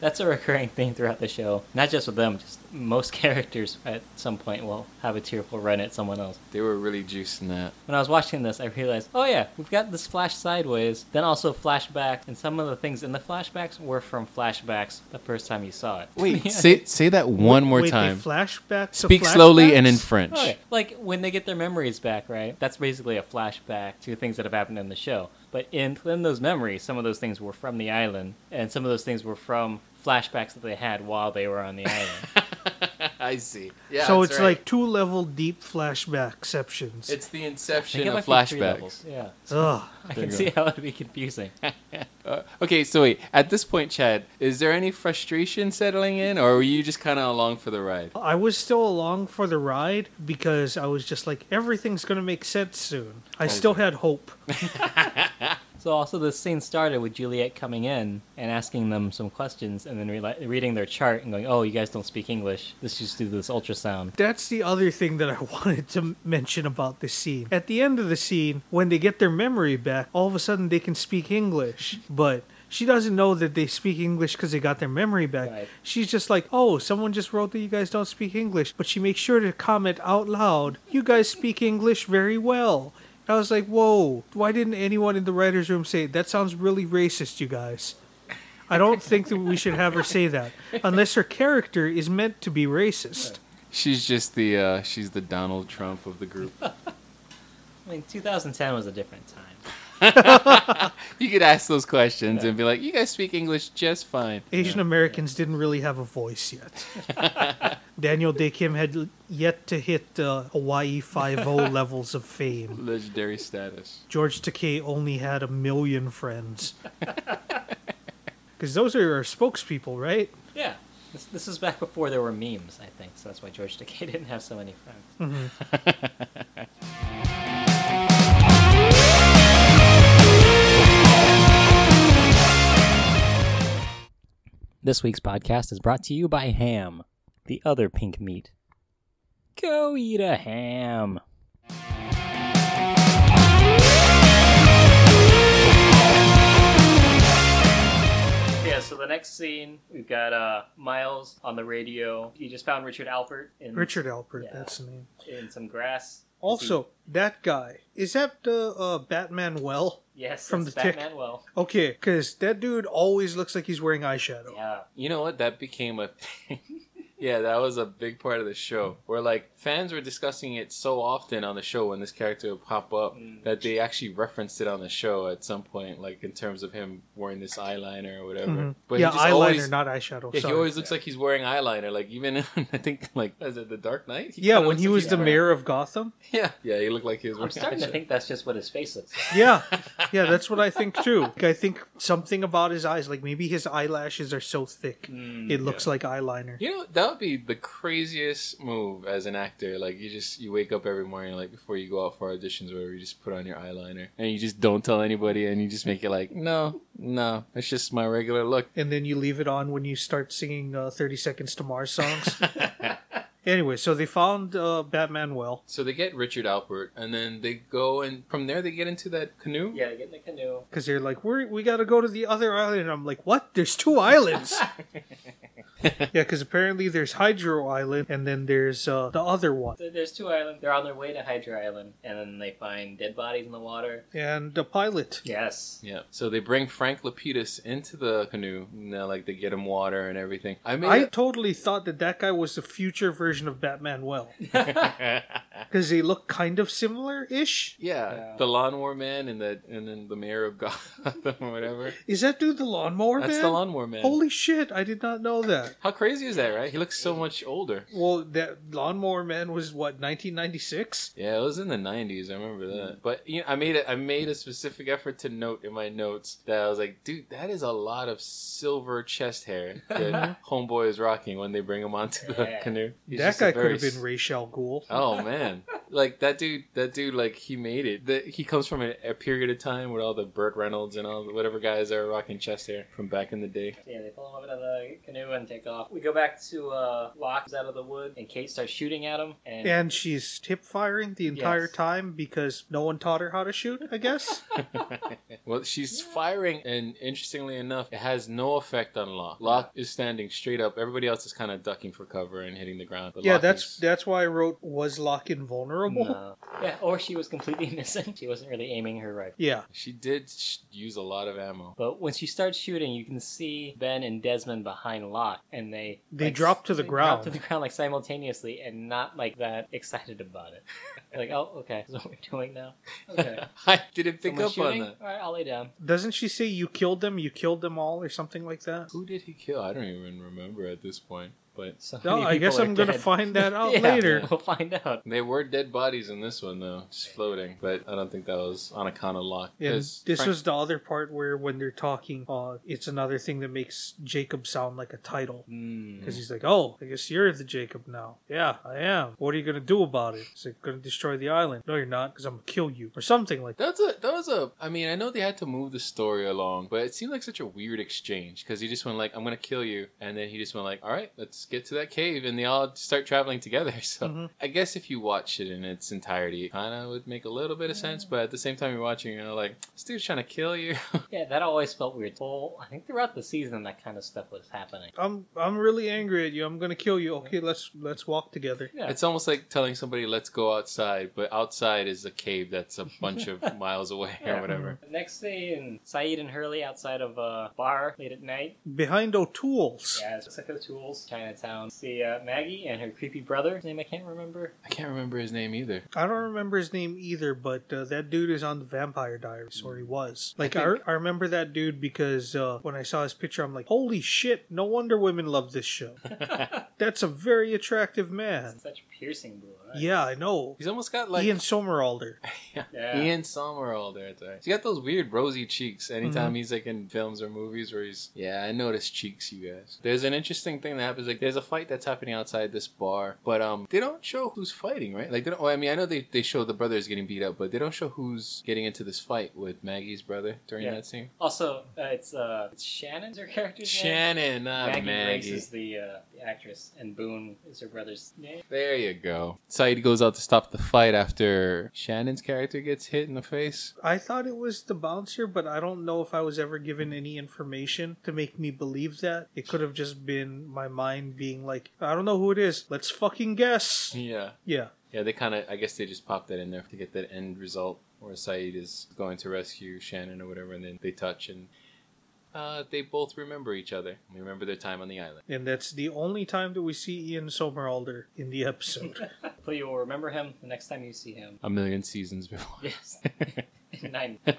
Speaker 2: That's a recurring theme throughout the show. Not just with them, just most characters at some point will have a tearful run at someone else.
Speaker 1: They were really juicing that.
Speaker 2: When I was watching this, I realized, oh yeah, we've got this flash sideways, then also flashback, and some of the things in the flashbacks were from flashbacks the first time you saw it.
Speaker 1: Wait,
Speaker 2: Yeah.
Speaker 1: say say that one more
Speaker 3: Wait,
Speaker 1: time.
Speaker 3: They flashback to
Speaker 1: Speak slowly and in
Speaker 3: flashbacks?
Speaker 1: French.
Speaker 2: Okay. Oh, Like when they get their memories back, right? That's basically a flashback to things that have happened in the show. But in, in those memories, some of those things were from the island, and some of those things were from flashbacks that they had while they were on the island.
Speaker 1: I see. Yeah.
Speaker 3: so
Speaker 1: that's
Speaker 3: it's
Speaker 1: right.
Speaker 3: like two level deep flashback sections.
Speaker 1: it's the
Speaker 2: I think
Speaker 1: inception
Speaker 2: it
Speaker 1: of
Speaker 2: might be three
Speaker 1: flashbacks.
Speaker 2: levels. Yeah.
Speaker 3: Ugh.
Speaker 1: There
Speaker 2: I can
Speaker 1: you
Speaker 2: see how it'd be confusing.
Speaker 1: Uh, okay, so wait. At this point, Chad, is there any frustration settling in, or were you just kind of along for the ride?
Speaker 3: I was still along for the ride because I was just like, everything's going to make sense soon.
Speaker 1: Oh,
Speaker 3: I still had hope.
Speaker 2: So also this scene started with Juliet coming in and asking them some questions and then re- reading their chart and going, "Oh, you guys don't speak English. Let's just do this ultrasound."
Speaker 3: That's the other thing that I wanted to mention about this scene. At the end of the scene, when they get their memory back, all of a sudden they can speak English. But she doesn't know that they speak English because they got their memory back.
Speaker 2: Right.
Speaker 3: She's just like, oh, someone just wrote that you guys don't speak English. But she makes sure to comment out loud, you guys speak English very well. I was like, whoa, why didn't anyone in the writer's room say, that sounds really racist, you guys? I don't think that we should have her say that unless her character is meant to be racist.
Speaker 1: She's just the uh, she's the Donald Trump of the group.
Speaker 2: I mean, 2010 was a different time.
Speaker 1: you could ask those questions and be like, "You guys speak English just fine."
Speaker 3: Asian Americans didn't really have a voice yet. Daniel Day Kim had l- yet to hit uh, Hawaii 5 levels of fame.
Speaker 1: Legendary status.
Speaker 3: George Takei only had a million friends. Because those are our spokespeople, right?
Speaker 2: Yeah. This, this is back before there were memes, I think. So that's why George Takei didn't have so many friends. This week's podcast is brought to you by ham, the other pink meat. Go eat a ham. Yeah, so the next scene, we've got uh, Miles on the radio. He just found Richard Alpert in,
Speaker 3: Richard Alpert,
Speaker 2: Yeah.
Speaker 3: that's the name.
Speaker 2: in some grass.
Speaker 3: Also, that guy, is that the uh, Batman well?
Speaker 2: yes,
Speaker 3: from
Speaker 2: from
Speaker 3: the
Speaker 2: the
Speaker 3: tick.
Speaker 2: Batman. Well,
Speaker 3: Okay, because that dude always looks like he's wearing eyeshadow.
Speaker 2: yeah.
Speaker 1: You know what? That became a thing. yeah, that was a big part of the show where like fans were discussing it so often on the show when this character would pop up
Speaker 3: Mm.
Speaker 1: that they actually referenced it on the show at some point, like in terms of him wearing this eyeliner or whatever.
Speaker 3: Mhm.
Speaker 1: But
Speaker 3: yeah,
Speaker 1: he just
Speaker 3: eyeliner,
Speaker 1: always,
Speaker 3: not eyeshadow.
Speaker 1: yeah, he
Speaker 3: sorry.
Speaker 1: always looks like he's wearing eyeliner. Like even in, I think like was it the Dark Knight?
Speaker 3: Yeah,
Speaker 1: kinda
Speaker 3: when
Speaker 1: looks
Speaker 3: he
Speaker 1: like
Speaker 3: was
Speaker 1: he's
Speaker 3: the
Speaker 1: wearing-
Speaker 3: mayor of Gotham.
Speaker 1: Yeah, yeah, he looked like he was.
Speaker 2: I'm
Speaker 1: wearing
Speaker 2: starting to
Speaker 1: eyeshadow.
Speaker 2: think that's just what his face looks like.
Speaker 3: Yeah, yeah, that's what I think too. Like, I think something about his eyes, like maybe his eyelashes are so thick,
Speaker 2: Mm, Hmm.
Speaker 3: it looks like eyeliner.
Speaker 1: You know, that would be the craziest move as an actor. Like you just you wake up every morning, like before you go out for auditions or whatever, you just put on your eyeliner and you just don't tell anybody and you just make it like, No, no, it's just my regular look.
Speaker 3: And then you leave it on when you start singing uh, 30 Seconds to Mars songs. anyway, so they found uh, Batman well.
Speaker 1: So they get Richard Alpert and then they go and from there they get into that canoe.
Speaker 2: Yeah, they get in the canoe.
Speaker 3: Because they're like, We're, we got to go to the other island. And I'm like, what? There's two islands. yeah, because apparently there's Hydro Island and then there's uh, the other one.
Speaker 2: So There's two islands. They're on their way to Hydra Island, and then they find dead bodies in the water.
Speaker 3: And the pilot.
Speaker 2: Yes.
Speaker 1: Yeah. So they bring Frank Lapidus into the canoe. And they're like they get him water and everything. I mean
Speaker 3: I totally thought that that guy was the future version of Batman well. because they look kind of similar-ish.
Speaker 1: Yeah,
Speaker 2: Yeah.
Speaker 1: the lawnmower man and that, and then the mayor of Gotham or whatever.
Speaker 3: Is that dude the lawnmower
Speaker 1: That's
Speaker 3: man?
Speaker 1: the lawnmower man.
Speaker 3: Holy shit! I did not know that.
Speaker 1: How crazy is that, right? He looks so much older.
Speaker 3: Well, that lawnmower man was what 1996.
Speaker 1: Yeah, it was in the '90s. I remember that. But you know, I made a, I made a specific effort to note in my notes that I was like, dude, that is a lot of silver chest hair that Homeboy is rocking when they bring him onto the
Speaker 2: Yeah.
Speaker 1: canoe. He's
Speaker 3: that
Speaker 1: just a
Speaker 3: guy could
Speaker 1: very
Speaker 3: have been Rachel Ghoul.
Speaker 1: Oh man, like that dude, that dude, like he made it. That he comes from a, a period of time with all the Burt Reynolds and all the, whatever guys that were rocking chest hair from back in the day.
Speaker 2: Yeah, they pull him up into the canoe and take off. We go back to uh, Locke's out of the wood, and Kate starts shooting at him. And
Speaker 3: And she's hip firing the entire
Speaker 2: Yes.
Speaker 3: time because no one taught her how to shoot. I guess.
Speaker 1: Well, she's firing, and interestingly enough, it has no effect on Locke. Locke is standing straight up. Everybody else is kind of ducking for cover and hitting the ground. But
Speaker 3: yeah,
Speaker 1: Locke
Speaker 3: that's
Speaker 1: is-
Speaker 3: that's why I wrote was Locke invulnerable.
Speaker 2: No. uh, Yeah, or she was completely innocent. She wasn't really aiming her rifle.
Speaker 3: Yeah,
Speaker 1: She did sh- use a lot of ammo.
Speaker 2: But when she starts shooting, you can see Ben and Desmond behind Locke, and they
Speaker 3: They drop to the
Speaker 2: they
Speaker 3: ground.
Speaker 2: drop to the ground like simultaneously, and not like that excited about it. like, oh, okay, is what we're doing now. Okay,
Speaker 1: I didn't pick
Speaker 2: Someone's
Speaker 1: up on
Speaker 2: shooting?
Speaker 1: that.
Speaker 2: All right, I'll lay down.
Speaker 3: doesn't she say you killed them? You killed them all, or something like that?
Speaker 1: Who did he kill? I don't even remember at this point. But
Speaker 2: So
Speaker 3: No,
Speaker 2: many
Speaker 3: I
Speaker 2: people
Speaker 3: guess
Speaker 2: are
Speaker 3: I'm gonna
Speaker 2: dead.
Speaker 3: find that out
Speaker 2: Yeah,
Speaker 3: later.
Speaker 2: We'll find out.
Speaker 1: They were dead bodies in this one, though, just floating. But I don't think that was on account of luck.
Speaker 3: And
Speaker 1: 'cause
Speaker 3: this
Speaker 1: Frank-
Speaker 3: was the other part where when they're talking, uh, it's another thing that makes Jacob sound like a title.
Speaker 2: Hmm.
Speaker 3: Because he's like, oh, I guess you're the Jacob now. Yeah, I am. What are you going to do about it? He's like, going to destroy the island. No, you're not, because I'm going to kill you. Or something like that.
Speaker 1: That's a that was a. I mean, I know they had to move the story along, but it seemed like such a weird exchange because he just went like, "I'm gonna kill you," and then he just went like, "All right, let's get to that cave," and they all start traveling together. So
Speaker 2: Mm-hmm.
Speaker 3: Mhm.
Speaker 1: I guess if you watch it in its entirety, it kind of would make a little bit of sense. But at the same time, you're watching, you're like, "This dude's trying to kill you."
Speaker 2: Yeah, that always felt weird. Well, I think throughout the season, that kind of stuff was happening.
Speaker 3: I'm I'm really angry at you. I'm gonna kill you. Okay, let's let's walk together.
Speaker 2: Yeah,
Speaker 1: It's almost like telling somebody, "Let's go outside," but outside is a cave that's a bunch of miles away
Speaker 2: Yeah.
Speaker 1: or whatever.
Speaker 2: The next scene, Saeed and Hurley outside of a bar late at night.
Speaker 3: Behind O'Toole's.
Speaker 2: Yeah, it's Psycho Tools, Chinatown. See uh, Maggie and her creepy brother. His name I can't remember.
Speaker 1: I can't remember his name either.
Speaker 3: I don't remember his name either, but uh, that dude is on the Vampire Diaries, or he was. Like, Mm. I,
Speaker 1: think-
Speaker 3: I remember that dude because uh, when I saw his picture, I'm like, holy shit, no wonder women love this show. That's a very attractive man.
Speaker 2: Such piercing blue eyes.
Speaker 3: Yeah, I know.
Speaker 1: He's almost got like
Speaker 3: Ian Somerhalder.
Speaker 2: Yeah.
Speaker 1: Ian Somerhalder. That's right. He's got those weird rosy cheeks. Anytime
Speaker 2: Mm-hmm.
Speaker 1: he's like in films or movies where he's yeah, I notice cheeks, you guys. There's an interesting thing that happens. Like there's a fight that's happening outside this bar, but um, they don't show who's fighting, right? Like they don't. Well, I mean, I know they they show the brothers getting beat up, but they don't show who's getting into this fight with Maggie's brother during
Speaker 2: Yeah.
Speaker 1: that scene.
Speaker 2: Also, uh, it's, uh, it's Shannon's her character's name.
Speaker 1: Shannon, not
Speaker 2: Maggie,
Speaker 1: Maggie.
Speaker 2: Grace is the, uh, the actress, and Boone is her brother's name.
Speaker 1: There you go. Said goes out to stop the fight after Shannon's character gets hit in the face.
Speaker 3: I thought it was the bouncer, but I don't know if I was ever given any information to make me believe that. It could have just been my mind being like, I don't know who it is. Let's fucking guess.
Speaker 1: Yeah.
Speaker 3: Yeah.
Speaker 1: Yeah, they kind of. I guess they just popped that in there to get that end result, where Saeed is going to rescue Shannon or whatever, and then they touch and uh, they both remember each other. They remember their time on the island.
Speaker 3: And that's the only time that we see Ian Somerhalder in the episode.
Speaker 2: Hopefully, you'll remember him the next time you see him.
Speaker 1: A million seasons before.
Speaker 2: Yes. Nine. So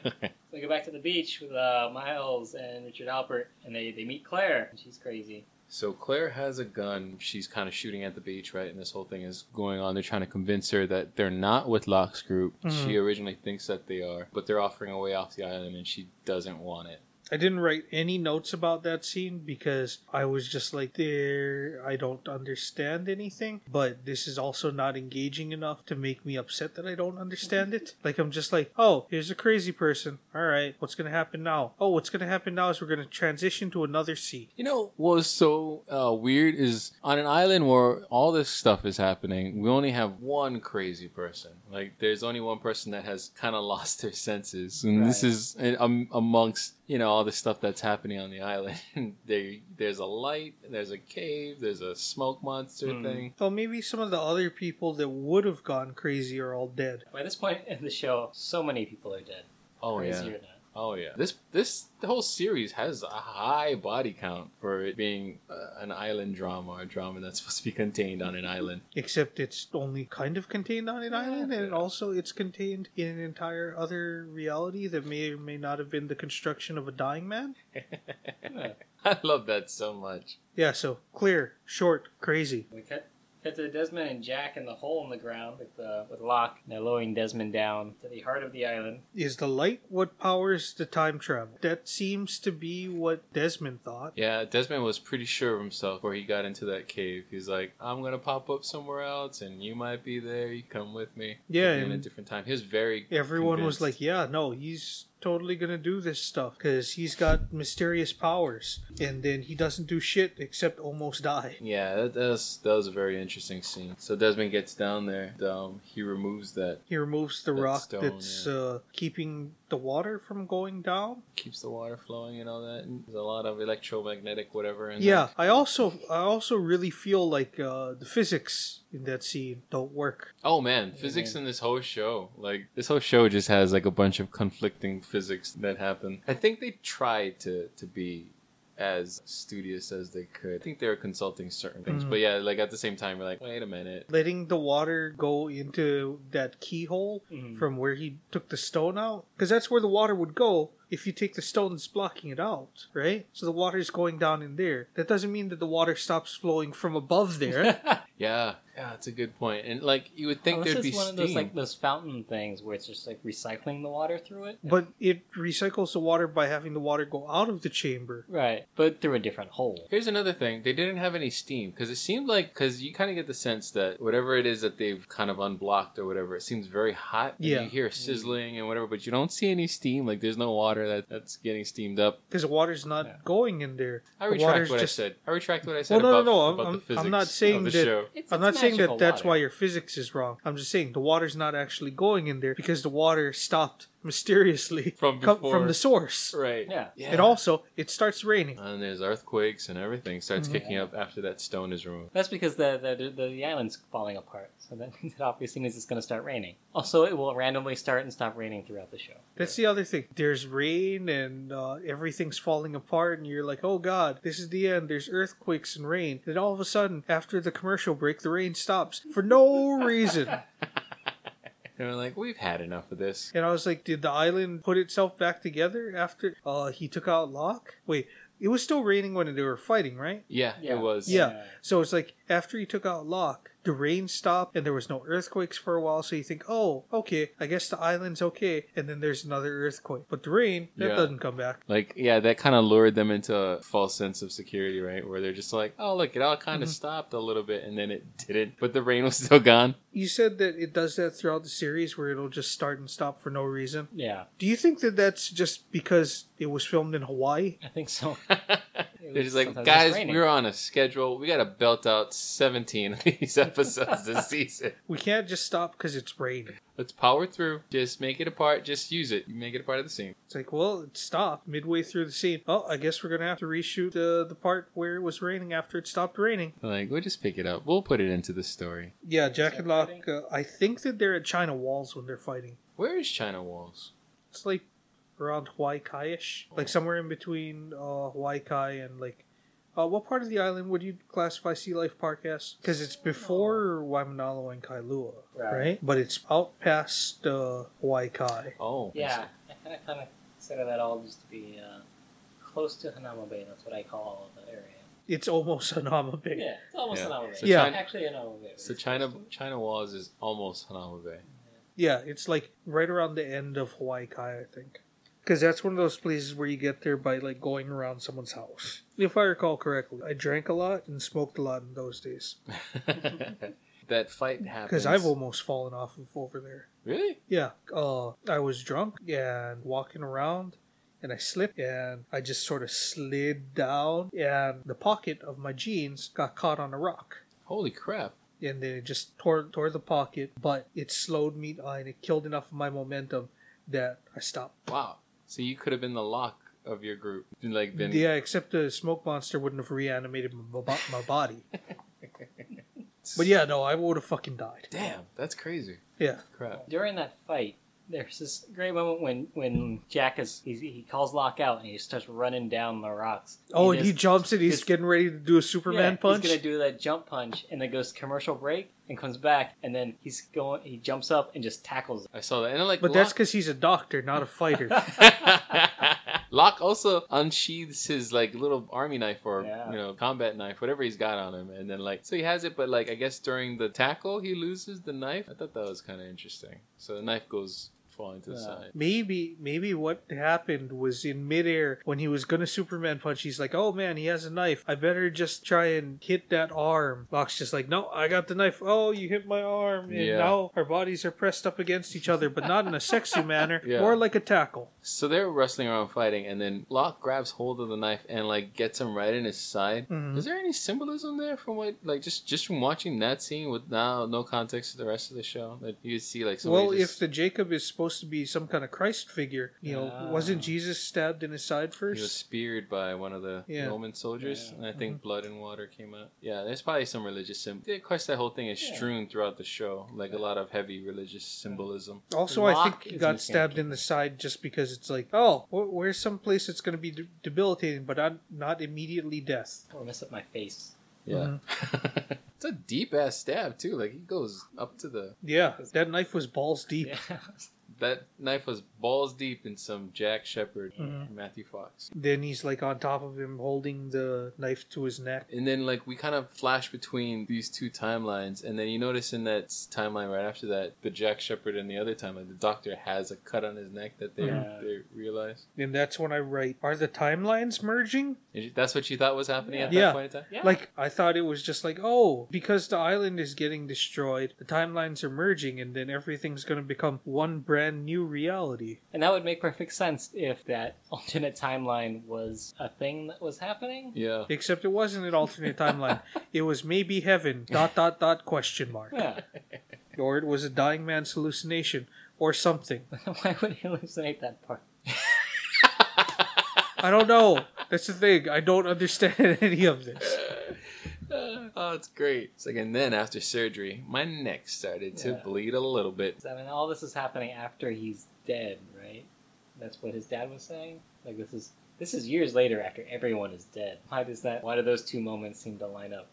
Speaker 2: we go back to the beach with uh, Miles and Richard Alpert, and they, they meet Claire, and she's crazy.
Speaker 1: so Claire has a gun. She's kind of shooting at the beach, right? And this whole thing is going on. They're trying to convince her that they're not with Locke's group.
Speaker 3: Mhm.
Speaker 1: She originally thinks that they are, but they're offering a way off the island, and she doesn't want it.
Speaker 3: I didn't write any notes about that scene because I was just like, there, I don't understand anything, but this is also not engaging enough to make me upset that I don't understand it. Like, I'm just like, oh, here's a crazy person. All right, what's going to happen now? Oh, what's going to happen now is we're going to transition to another scene.
Speaker 1: You know what was so uh, weird is on an island where all this stuff is happening, we only have one crazy person. Like there's only one person that has kind of lost their senses, and this
Speaker 2: Right.
Speaker 1: is uh, um, amongst you know all the stuff that's happening on the island. there, there's a light, there's a cave, there's a smoke monster
Speaker 2: Hmm.
Speaker 1: thing.
Speaker 3: So maybe some of the other people that would have gone crazy are all dead.
Speaker 2: By this point in the show, so many people are dead.
Speaker 1: Oh
Speaker 2: crazy
Speaker 1: yeah,
Speaker 2: or not.
Speaker 1: Oh yeah, this this whole series has a high body count for it being uh, an island drama, a drama that's supposed to be contained on an island.
Speaker 3: Except it's only kind of contained on an island, and also it's contained in an entire other reality that may or may not have been the construction of a dying man.
Speaker 1: I love that so much.
Speaker 3: Yeah, so clear, short, crazy.
Speaker 2: We cut, cut to Desmond and Jack in the hole in the ground with uh, with Locke. They're lowering Desmond down to the heart of the island.
Speaker 3: Is the light what powers the time travel? That seems to be what Desmond thought.
Speaker 1: Yeah, Desmond was pretty sure of himself before he got into that cave. He's like, "I'm gonna pop up somewhere else, and you might be there. You come with me."
Speaker 3: Yeah,
Speaker 1: in a
Speaker 3: and-
Speaker 1: different time. He was very.
Speaker 3: Everyone was
Speaker 1: convinced.
Speaker 3: like, yeah, no, he's totally gonna do this stuff because he's got mysterious powers, and then he doesn't do shit except almost die.
Speaker 1: Yeah, that, that, was, that was a very interesting scene. So Desmond gets down there. and, um, he removes that,
Speaker 3: He removes the
Speaker 1: That
Speaker 3: rock
Speaker 1: stone,
Speaker 3: that's
Speaker 1: yeah.
Speaker 3: uh, keeping the water from going down.
Speaker 1: keeps the water flowing and all that. And there's a lot of electromagnetic whatever. In
Speaker 3: Yeah, I also I also really feel like uh, the physics in that scene don't work.
Speaker 1: Oh man, physics in this whole show. Like this whole show just has like a bunch of conflicting physics that happen. I think they tried to to be as studious as they could. I think they were consulting certain
Speaker 2: Mm-hmm.
Speaker 1: things. But yeah, like at the same time you're like, wait a minute.
Speaker 3: Letting the water go into that keyhole
Speaker 1: Hmm.
Speaker 2: Mhm.
Speaker 3: from where he took the stone out, because that's where the water would go if you take the stone that's blocking it out, right? So the water's going down in there. That doesn't mean that the water stops flowing from above there.
Speaker 1: Yeah. Yeah, that's a good point. And like you would think
Speaker 2: Oh,
Speaker 1: there'd
Speaker 2: this
Speaker 1: be
Speaker 2: is one
Speaker 1: steam.
Speaker 2: of those like those fountain things where it's just like recycling the water through it.
Speaker 3: But it recycles the water by having the water go out of the chamber.
Speaker 2: Right, but through a different hole.
Speaker 1: Here's another thing. They didn't have any steam because it seemed like because you kind of get the sense that whatever it is that they've kind of unblocked or whatever, it seems very hot. and
Speaker 3: Yeah.
Speaker 1: you
Speaker 2: Mm-hmm.
Speaker 1: hear sizzling and whatever, but you don't see any steam. Like there's no water that that's getting steamed up.
Speaker 3: Because the water's not
Speaker 2: Yeah.
Speaker 3: going in there.
Speaker 1: I
Speaker 3: The
Speaker 1: retract
Speaker 3: water's
Speaker 1: what
Speaker 3: just-
Speaker 1: I said. I retract what I said
Speaker 3: Well, no,
Speaker 1: about,
Speaker 3: no, no, I'm-
Speaker 1: about
Speaker 3: I'm-
Speaker 1: the
Speaker 3: I'm
Speaker 1: physics
Speaker 3: not saying
Speaker 1: of the
Speaker 3: that-
Speaker 1: show.
Speaker 2: It's-
Speaker 3: I'm
Speaker 2: it's
Speaker 3: not saying that
Speaker 2: magical
Speaker 3: that's
Speaker 2: water.
Speaker 3: why your physics is wrong. I'm just saying the water's not actually going in there because the water stopped mysteriously
Speaker 1: From
Speaker 3: co-
Speaker 1: before.
Speaker 3: from the source.
Speaker 1: Right.
Speaker 2: Yeah.
Speaker 3: And also, it starts raining.
Speaker 1: And there's earthquakes and everything starts kicking up after that stone is removed.
Speaker 2: That's because the the, the, the island's falling apart, so that, that obviously means it's going to start raining. Also, it will randomly start and stop raining throughout the show.
Speaker 3: That's the other thing. There's rain and uh, everything's falling apart, and you're like, oh god, this is the end. There's earthquakes and rain. Then all of a sudden, after the commercial break, the rain stops for no reason.
Speaker 1: And we're like, we've had enough of this.
Speaker 3: And I was like, did the island put itself back together after uh, he took out Locke? Wait, it was still raining when they were fighting, right?
Speaker 1: Yeah,
Speaker 2: Yeah.
Speaker 1: it was.
Speaker 3: Yeah.
Speaker 2: Yeah.
Speaker 3: So it's like after he took out Locke, the rain stopped and there was no earthquakes for a while. So you think, oh, okay, I guess the island's okay. And then there's another earthquake. But the rain, that
Speaker 1: Yeah.
Speaker 3: doesn't come back.
Speaker 1: Like, yeah, that kind of lured them into a false sense of security, right? Where they're just like, oh, look, it all kind of stopped a little bit and then it didn't. But the rain was still gone.
Speaker 3: You said that it does that throughout the series where it'll just start and stop for no reason.
Speaker 2: Yeah,
Speaker 3: Do you think that that's just because it was filmed in Hawaii?
Speaker 2: I think so.
Speaker 1: They're just like,
Speaker 2: Sometimes it's
Speaker 1: guys,
Speaker 2: raining."
Speaker 1: we're on a schedule. We got to belt out 17 of these episodes this season.
Speaker 3: We can't just stop because it's raining.
Speaker 1: Let's power through. Just make it a part. Just use it. Make it a part of the scene.
Speaker 3: It's like, well, it stopped midway through the scene. Oh, I guess we're gonna have to reshoot uh, the part where it was raining after it stopped raining.
Speaker 1: Like, we'll just pick it up. We'll put it into the story.
Speaker 3: Yeah, Jack and Locke.
Speaker 2: fighting?
Speaker 3: Uh, I think that they're at China Walls when they're fighting.
Speaker 1: Where is China Walls?
Speaker 3: It's like around Hawaii Kai-ish,
Speaker 2: Oh.
Speaker 3: like somewhere in between uh, Hawaii Kai and like. Uh, what part of the island would you classify Sea Life Park as? Because it's before Waimanalo and Kailua, right.
Speaker 2: Right.
Speaker 3: But it's out past uh, Hawaii Kai.
Speaker 1: Oh,
Speaker 2: yeah, I kind of consider that all just to be uh, close to Hanama Bay. That's what I call all of that area.
Speaker 3: It's almost Hanama Bay.
Speaker 2: Yeah, it's almost
Speaker 1: Yeah.
Speaker 2: Hanama Bay.
Speaker 1: So
Speaker 3: Yeah.
Speaker 1: China-
Speaker 2: actually Hanama Bay.
Speaker 1: So China China Walls is almost Hanama Bay.
Speaker 3: Yeah, it's like right around the end of Hawaii Kai, I think. Because that's one of those places where you get there by like going around someone's house. If I recall correctly, I drank a lot and smoked a lot in those days.
Speaker 1: that fight happens.
Speaker 3: Because I've almost fallen off of over there.
Speaker 1: really
Speaker 3: Yeah, uh, I was drunk and walking around and I slipped and I just sort of slid down and the pocket of my jeans got caught on a rock.
Speaker 1: holy crap.
Speaker 3: and then it just tore tore the pocket, but it slowed me uh, and it killed enough of my momentum that I stopped.
Speaker 1: Wow. So you could have been the lock of your group. Been, Like been
Speaker 3: Yeah, except the smoke monster wouldn't have reanimated my, bo- my body. but yeah, no, I would have fucking died.
Speaker 1: Damn, that's crazy.
Speaker 3: Yeah,
Speaker 1: Crap.
Speaker 2: During that fight, There's this great moment when when Jack is he's, he calls Locke out and he starts running down the rocks.
Speaker 3: Oh, and he
Speaker 2: just-
Speaker 3: jumps and he's
Speaker 2: just-
Speaker 3: getting ready to do a Superman
Speaker 2: yeah,
Speaker 3: punch.
Speaker 2: He's gonna do that jump punch and then goes commercial break and comes back and then he's going he jumps up and just tackles.
Speaker 1: I saw that, and I'm like,
Speaker 3: but that's
Speaker 1: Locke,
Speaker 3: because he's a doctor, not a fighter.
Speaker 1: Locke also unsheathes his like little army knife or
Speaker 2: Yeah.
Speaker 1: you know combat knife, whatever he's got on him, and then like so he has it, but like I guess during the tackle he loses the knife. I thought that was kind of interesting. So the knife goes falling to the
Speaker 2: Yeah.
Speaker 1: side.
Speaker 3: maybe, maybe what happened was in midair when he was gonna Superman punch, he's like, "Oh man, he has a knife. I better just try and hit that arm." Locke's just like, "No, I got the knife. Oh, you hit my arm." And
Speaker 1: Yeah.
Speaker 3: now our bodies are pressed up against each other, but not in a sexy manner,
Speaker 1: Yeah.
Speaker 3: more like a tackle.
Speaker 1: So they're wrestling around fighting, and then Locke grabs hold of the knife and like gets him right in his side.
Speaker 3: Mhm.
Speaker 1: Is there any symbolism there from what like just just from watching that scene with now no context to the rest of the show that you see like somebody
Speaker 3: well,
Speaker 1: just,
Speaker 3: if the Jacob is supposed to be some kind of Christ figure, you know,
Speaker 2: Ah.
Speaker 3: wasn't Jesus stabbed in his side
Speaker 1: he was
Speaker 3: first?
Speaker 1: speared by one of the
Speaker 3: Yeah.
Speaker 1: Roman soldiers,
Speaker 2: Yeah. Uh-huh.
Speaker 1: and I think blood and water came out. Yeah, there's probably some religious symbol. Of course, that whole thing is
Speaker 2: Yeah.
Speaker 1: strewn throughout the show, like a lot of heavy religious symbolism.
Speaker 3: Also, I
Speaker 2: Locke
Speaker 3: think he
Speaker 2: is
Speaker 3: got
Speaker 2: mechanical.
Speaker 3: stabbed in the side just because it's like, oh, wh- where's some place that's going to be de- debilitating, but I'm not immediately death.
Speaker 2: Or mess up my face. Uh-huh.
Speaker 1: Yeah, it's a deep ass stab too. Like he goes up to the
Speaker 3: Yeah, that knife was balls deep.
Speaker 2: Yeah.
Speaker 1: That knife was balls deep in some Jack Shepherd,
Speaker 2: Uh-huh.
Speaker 3: Mhm.
Speaker 1: Matthew Fox.
Speaker 3: Then he's like on top of him, holding the knife to his neck.
Speaker 1: And then, like, we kind of flash between these two timelines, and then you notice in that s- timeline right after that, the Jack Shepherd and the other timeline, the doctor has a cut on his neck that they,
Speaker 2: Yeah.
Speaker 1: they realize.
Speaker 3: And that's when I write, are the timelines merging?
Speaker 1: And you- That's what you thought was happening at that
Speaker 3: Yeah.
Speaker 1: point in time?
Speaker 2: Yeah.
Speaker 3: Like, I thought it was just like, oh, because the island is getting destroyed, the timelines are merging, and then everything's going to become one brand new reality.
Speaker 2: and that would make perfect sense if that alternate timeline was a thing that was happening.
Speaker 1: Yeah.
Speaker 3: Except it wasn't an alternate timeline. It was maybe heaven, dot, dot, dot, question mark.
Speaker 2: Yeah.
Speaker 3: Or it was a dying man's hallucination, or something.
Speaker 2: Why would he hallucinate that part?
Speaker 3: I don't know. That's the thing. I don't understand any of this.
Speaker 1: oh, it's great. It's like, and then after surgery, my neck started to
Speaker 2: Yeah.
Speaker 1: bleed a little bit.
Speaker 2: I mean, all this is happening after he's dead, right? That's what his dad was saying. Like this is this is years later after everyone is dead. Why does that? Why do those two moments seem to line up?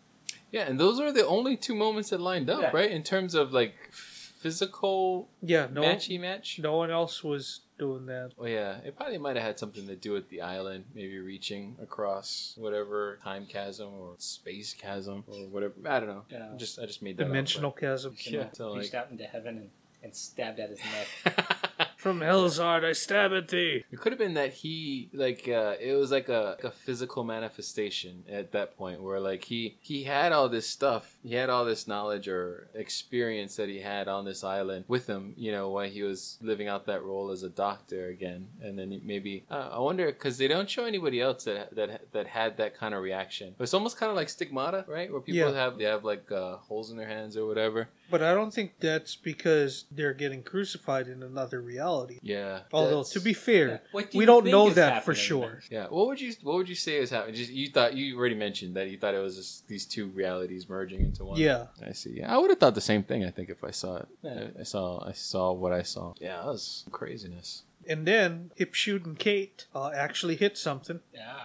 Speaker 1: Yeah, and those are the only two moments that lined up,
Speaker 2: Yeah.
Speaker 1: right? In terms of, like, physical
Speaker 3: Yeah, no,
Speaker 1: matchy match.
Speaker 3: no one else was doing that.
Speaker 1: Oh yeah, it probably might have had something to do with the island, maybe reaching across whatever time chasm or space chasm or whatever. I don't know.
Speaker 2: Yeah.
Speaker 1: I just I just made that up,
Speaker 3: Dimensional chasm.
Speaker 1: Yeah,
Speaker 2: You know,
Speaker 1: so,
Speaker 2: reached out into heaven and, and stabbed at his neck.
Speaker 1: but-
Speaker 3: From hell's heart, I stab at thee.
Speaker 1: It could have been that he like uh, it was like a, like a physical manifestation at that point where like he he had all this stuff he had all this knowledge or experience that he had on this island with him you know while he was living out that role as a doctor again and then he- maybe uh, I wonder because they don't show anybody else that that that had that kind of reaction it's almost kind of like stigmata right where people
Speaker 3: Yeah.
Speaker 1: have they have like uh, holes in their hands or whatever
Speaker 3: But I don't think that's because they're getting crucified in another reality.
Speaker 1: yeah
Speaker 3: Although,
Speaker 1: That's-
Speaker 3: to be fair,
Speaker 2: What
Speaker 3: we
Speaker 2: you
Speaker 3: don't
Speaker 2: think
Speaker 3: know
Speaker 2: is
Speaker 3: that for
Speaker 2: happening
Speaker 3: sure.
Speaker 2: then?
Speaker 1: Yeah. What would you What would you say is happening? Just you thought you already mentioned that you thought it was just these two realities merging into one.
Speaker 3: Yeah.
Speaker 1: I see. Yeah, I would have thought the same thing. I think if I saw it,
Speaker 2: Yeah.
Speaker 1: I, I saw I saw what I saw. Yeah, that was craziness.
Speaker 3: And then hip shooting Kate uh, actually hit something.
Speaker 2: Yeah.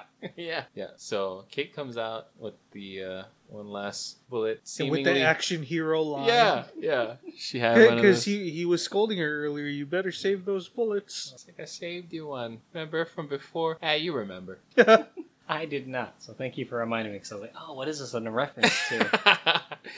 Speaker 1: yeah. Yeah. So Kate comes out with the uh, one last bullet,
Speaker 3: And
Speaker 1: seemingly.
Speaker 3: with the action hero line.
Speaker 1: yeah. Yeah. She had one of
Speaker 3: Because
Speaker 1: those.
Speaker 3: he, he was scolding her earlier, you better save those bullets.
Speaker 1: It's like I saved you one. Remember from before? Ah, you remember.
Speaker 2: I did not. So thank you for reminding me. Because I was like, oh, what is this in a reference to?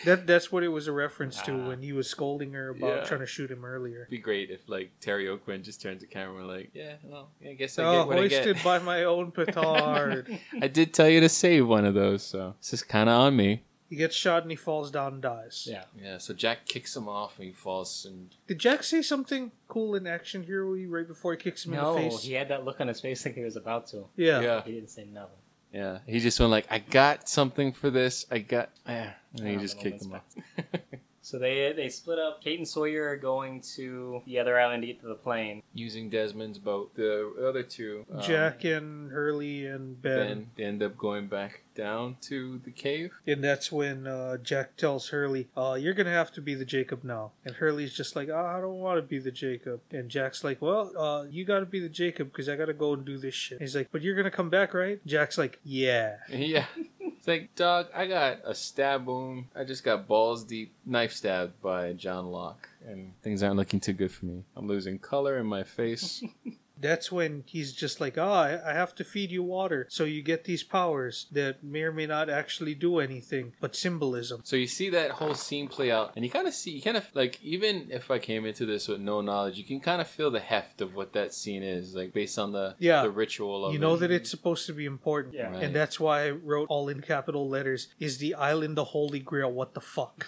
Speaker 3: That that's what it was a reference to
Speaker 2: Ah.
Speaker 3: when he was scolding her about
Speaker 1: Yeah.
Speaker 3: trying to shoot him earlier.
Speaker 1: It'd be great if like Terry O'Quinn just turns the camera and like, yeah, well, I guess I
Speaker 3: Oh,
Speaker 1: get what I
Speaker 3: hoisted
Speaker 1: get.
Speaker 3: by my own petard.
Speaker 1: I did tell you to save one of those, so this is kind of on me.
Speaker 3: he gets shot and he falls down and dies.
Speaker 2: yeah.
Speaker 1: Yeah, so Jack kicks him off and he falls, and
Speaker 3: Did Jack say something cool in action hero right before he kicks him
Speaker 2: No,
Speaker 3: in the face?
Speaker 2: he had that look on his face like he was about to.
Speaker 3: yeah.
Speaker 1: yeah,
Speaker 2: He didn't say nothing.
Speaker 1: yeah, he just went like, "I got something for this. I got," eh. and then he
Speaker 2: Ah,
Speaker 1: just
Speaker 2: the
Speaker 1: kicked him off.
Speaker 2: moment's So they they split up. Kate and Sawyer are going to the other island to get to the plane.
Speaker 1: using Desmond's boat. The other two, um,
Speaker 3: Jack and Hurley and ben.
Speaker 1: Ben, they end up going back down to the cave.
Speaker 3: And that's when uh, Jack tells Hurley, uh, "You're gonna have to be the Jacob now." And Hurley's just like, "Ah, "I don't want to be the Jacob." And Jack's like, "Well, uh, you got to be the Jacob because I gotta go and do this shit." And he's like, "But you're gonna come back, right?" Jack's like, "Yeah."
Speaker 1: Yeah. It's like, dog, I got a stab wound. I just got balls deep, knife stabbed by John Locke, and things aren't looking too good for me. I'm losing color in my face.
Speaker 3: That's when he's just like, "Ah, I I have to feed you water, so you get these powers that may or may not actually do anything, but symbolism."
Speaker 1: So you see that whole scene play out, and you kind of see, you kind of like, even if I came into this with no knowledge, you can kind of feel the heft of what that scene is, like based on the
Speaker 3: Yeah.
Speaker 1: the ritual of
Speaker 3: You know
Speaker 1: it.
Speaker 3: that it's supposed to be important.
Speaker 2: Yeah.
Speaker 1: Right.
Speaker 3: And that's why I wrote all in capital letters is the island the holy grail what the fuck.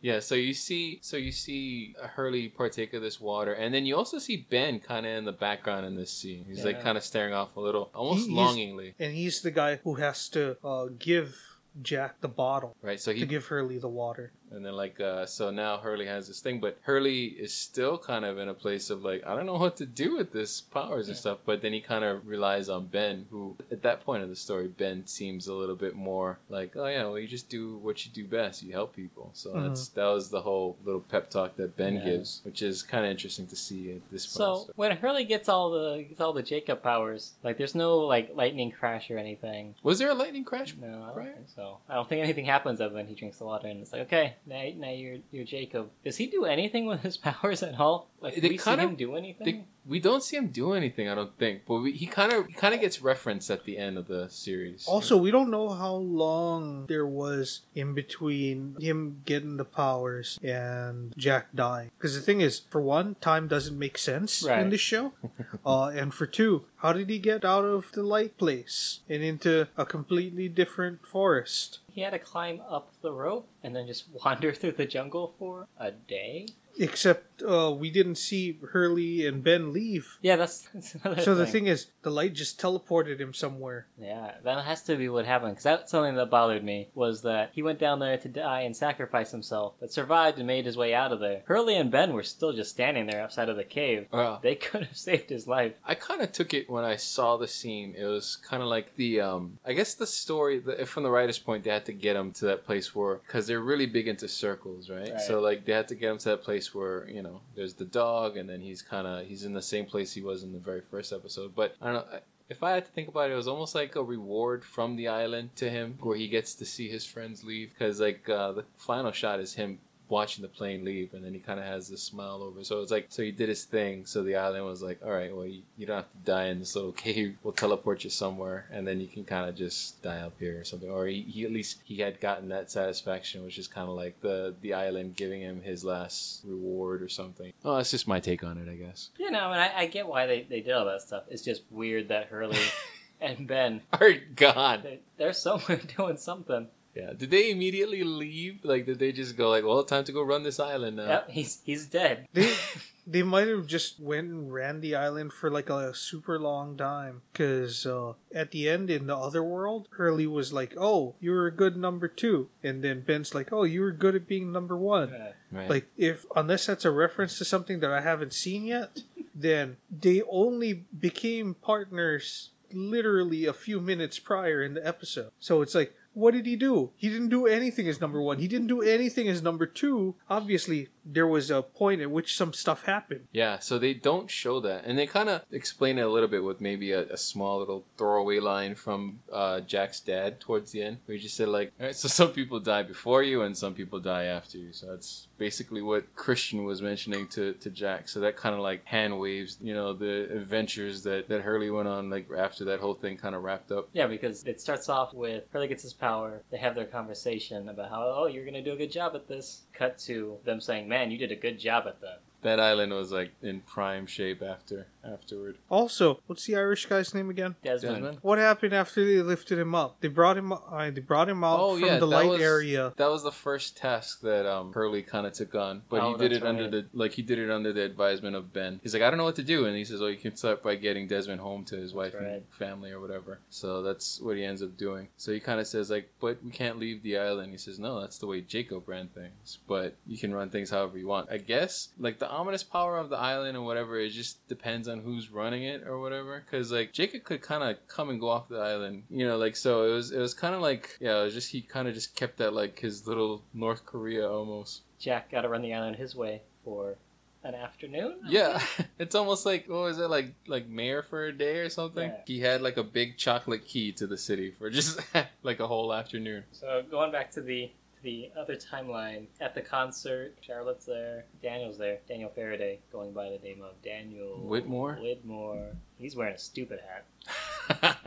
Speaker 1: Yeah, so you see, so you see Hurley partake of this water, and then you also see Ben kind of in the background in this scene. He's like
Speaker 2: Yeah.
Speaker 1: kind of staring off a little, almost
Speaker 3: He- he's-
Speaker 1: longingly,
Speaker 3: and he's the guy who has to uh, give Jack the bottle
Speaker 1: right? So
Speaker 3: to
Speaker 1: he,
Speaker 3: give Hurley the water.
Speaker 1: and then like, uh, so now Hurley has this thing, but Hurley is still kind of in a place of like, I don't know what to do with this powers and stuff. But then he kind of relies on Ben, who at that point of the story, Ben seems a little bit more like, oh yeah, well you just do what you do best, you help people. So
Speaker 3: Mhm.
Speaker 1: that's that was the whole little pep talk that Ben
Speaker 2: Mm-hmm. Yeah.
Speaker 1: gives, which is kind of interesting to see at this point. of the
Speaker 2: So
Speaker 1: story.
Speaker 2: when Hurley gets all the gets all the Jacob powers, like there's no like lightning crash or anything.
Speaker 1: Was there a lightning crash?
Speaker 2: No, I don't
Speaker 1: Right.
Speaker 2: think so. I don't think anything happens other than he drinks the water and it's like, okay, now, now you're you're Jacob. Does he do anything with his powers at all? Like, do
Speaker 1: They
Speaker 2: we see
Speaker 1: kinda-
Speaker 2: him do anything?
Speaker 1: They- we don't see him do anything, I don't think. But we, he kind of he kind of gets referenced at the end of the series.
Speaker 3: Also, we don't know how long there was in between him getting the powers and Jack dying. Because the thing is, for one, time doesn't make sense in
Speaker 2: Right.
Speaker 3: this show. uh, and for two, how did he get out of the light place and into a completely different forest?
Speaker 2: He had to climb up the rope and then just wander through the jungle for a day.
Speaker 3: Except uh, we didn't see Hurley and Ben leave.
Speaker 2: Yeah, that's, that's another.
Speaker 3: So the thing is, the light just teleported him somewhere.
Speaker 2: Yeah, that has to be what happened because that's something that bothered me was that he went down there to die and sacrifice himself, but survived and made his way out of there. Hurley and Ben were still just standing there outside of the cave.
Speaker 1: Wow.
Speaker 2: They could have saved his life.
Speaker 1: I kind of took it when I saw the scene. It was kind of like the, um, I guess the story the, from the writer's point. They had to get him to that place where, because they're really big into circles, right?
Speaker 2: Right.
Speaker 1: So like they had to get him to that place where you know there's the dog, and then he's kind of he's in the same place he was in the very first episode. But I don't know. I- If I had to think about it, it was almost like a reward from the island to him, where he gets to see his friends leave. Because like uh, the final shot is him watching the plane leave and then he kind of has this smile over so it's like so he did his thing so the island was like all right well you, you don't have to die in this little cave we'll teleport you somewhere and then you can kind of just die up here or something or he, he at least he had gotten that satisfaction which is kind of like the the island giving him his last reward or something oh that's just my take on it i guess
Speaker 2: You know, and I, I get why they, they did all that stuff. It's just weird that Hurley and Ben,
Speaker 1: all right Oh, god
Speaker 2: they, they're somewhere doing something.
Speaker 1: yeah did they immediately leave like did they just go like well time to go run this island now
Speaker 2: Yep, he's he's dead.
Speaker 3: They they might have just went and ran the island for like a super long time because uh, at the end in the other world, Hurley was like, "Oh, you were a good number two. and then Ben's like, "Oh, you were good at being number one."
Speaker 2: Uh,
Speaker 1: right
Speaker 3: Like if unless that's a reference to something that I haven't seen yet, then they only became partners literally a few minutes prior in the episode. So it's like, what did he do? He didn't do anything as number one. He didn't do anything as number two. Obviously, there was a point at which some stuff happened.
Speaker 1: Yeah, so they don't show that, and they kind of explain it a little bit with maybe a, a small little throwaway line from uh, Jack's dad towards the end, where he just said like, "All right, so some people die before you, and some people die after you." So that's basically what Christian was mentioning to, to Jack. So that kind of like hand waves, you know, the adventures that that Hurley went on like after that whole thing kind of wrapped up.
Speaker 2: Yeah, because it starts off with Hurley gets his power. They have their conversation about how, oh, you're going to do a good job at this. Cut to them saying, man, you did a good job at that.
Speaker 1: That island was like in prime shape after afterward.
Speaker 3: Also, what's the Irish guy's name again?
Speaker 2: Desmond.
Speaker 1: Desmond?
Speaker 3: What happened after they lifted him up? They brought him. Uh, they brought him out from the
Speaker 1: Oh, that
Speaker 3: light
Speaker 1: was-
Speaker 3: area.
Speaker 1: That was the first task that um, Hurley kind of took on, but
Speaker 2: Oh,
Speaker 1: he did
Speaker 2: that's
Speaker 1: it under
Speaker 2: right.
Speaker 1: the like he did it under the advisement of Ben. He's like, I don't know what to do, and he says, Oh, you can start by getting Desmond home to his wife
Speaker 2: right.
Speaker 1: and family or whatever. So that's what he ends up doing. So he kind of says like, But we can't leave the island. He says, No, that's the way Jacob ran things. But you can run things however you want. I guess like the ominous power of the island and whatever, it just depends on who's running it or whatever. Because like Jacob could kind of come and go off the island, you know. Like so, it was it was kind of like yeah, it was just he kind of just kept that like his little North Korea almost.
Speaker 2: Jack got to run the island his way for an afternoon. I
Speaker 1: Yeah, it's almost like what was it like like mayor for a day or something?
Speaker 2: Yeah.
Speaker 1: He had like a big chocolate key to the city for just like a whole afternoon.
Speaker 2: So going back to the to the other timeline, at the concert, Charlotte's there, Daniel's there, Daniel Faraday, going by the name of Daniel
Speaker 1: Whitmore?
Speaker 2: Whitmore. He's wearing a stupid hat.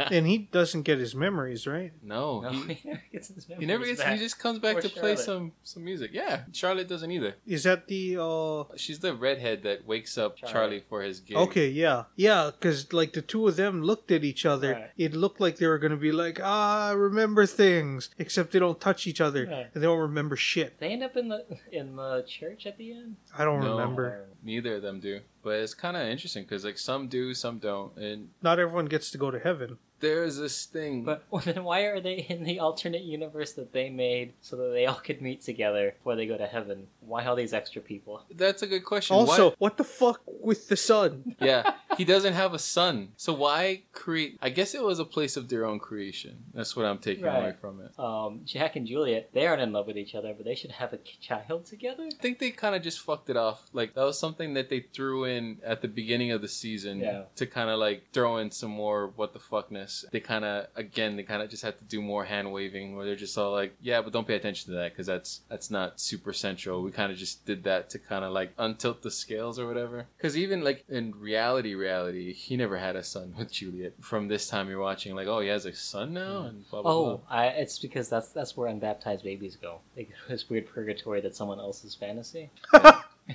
Speaker 3: And he doesn't get his memories right.
Speaker 1: no,
Speaker 2: No,
Speaker 1: He,
Speaker 2: he never gets his memories
Speaker 1: he never gets.
Speaker 2: back.
Speaker 1: He just comes back
Speaker 2: Or
Speaker 1: to play
Speaker 2: Charlotte.
Speaker 1: some some music. Yeah, Charlotte doesn't either.
Speaker 3: Is that the? uh
Speaker 1: She's the redhead that wakes up
Speaker 2: Charlie.
Speaker 1: Charlie, for his gig.
Speaker 3: Okay, yeah, yeah, because like the two of them looked at each other.
Speaker 2: Right.
Speaker 3: It looked like they were gonna be like, ah, remember things, except they don't touch each other
Speaker 2: Right.
Speaker 3: and they don't remember shit.
Speaker 2: They end up in the in the church at the end.
Speaker 3: I don't
Speaker 1: No.
Speaker 3: remember.
Speaker 1: Neither of them do. But it's kind of interesting because like some do, some don't, and
Speaker 3: Not everyone gets to go to heaven.
Speaker 1: there's this thing.
Speaker 2: But well, then why are they in the alternate universe that they made so that they all could meet together before they go to heaven? Why all these extra people?
Speaker 1: that's a good question.
Speaker 3: Also,
Speaker 1: Why-
Speaker 3: what the fuck with the sun?
Speaker 1: yeah, he doesn't have a son, so why create? I guess it was a place of their own creation. That's what I'm taking away
Speaker 2: Right.
Speaker 1: from it.
Speaker 2: Um, Jack and Juliet, they aren't in love with each other, but they should have a child together.
Speaker 1: I think they kind of just fucked it off. Like that was something that they threw in at the beginning of the season
Speaker 2: Yeah.
Speaker 1: to kind of like throw in some more what the fuckness. They kind of again they kind of just had to do more hand waving where they're just all like, yeah, but don't pay attention to that because that's that's not super central. We kind of just did that to kind of like untilt the scales or whatever. Because even like in reality, reality, he never had a son with Juliet. From this time you're watching, like, oh, he has a son now and blah blah.
Speaker 2: Oh,
Speaker 1: blah.
Speaker 2: I, it's because that's that's where unbaptized babies go. They go to this weird purgatory that's someone else's fantasy,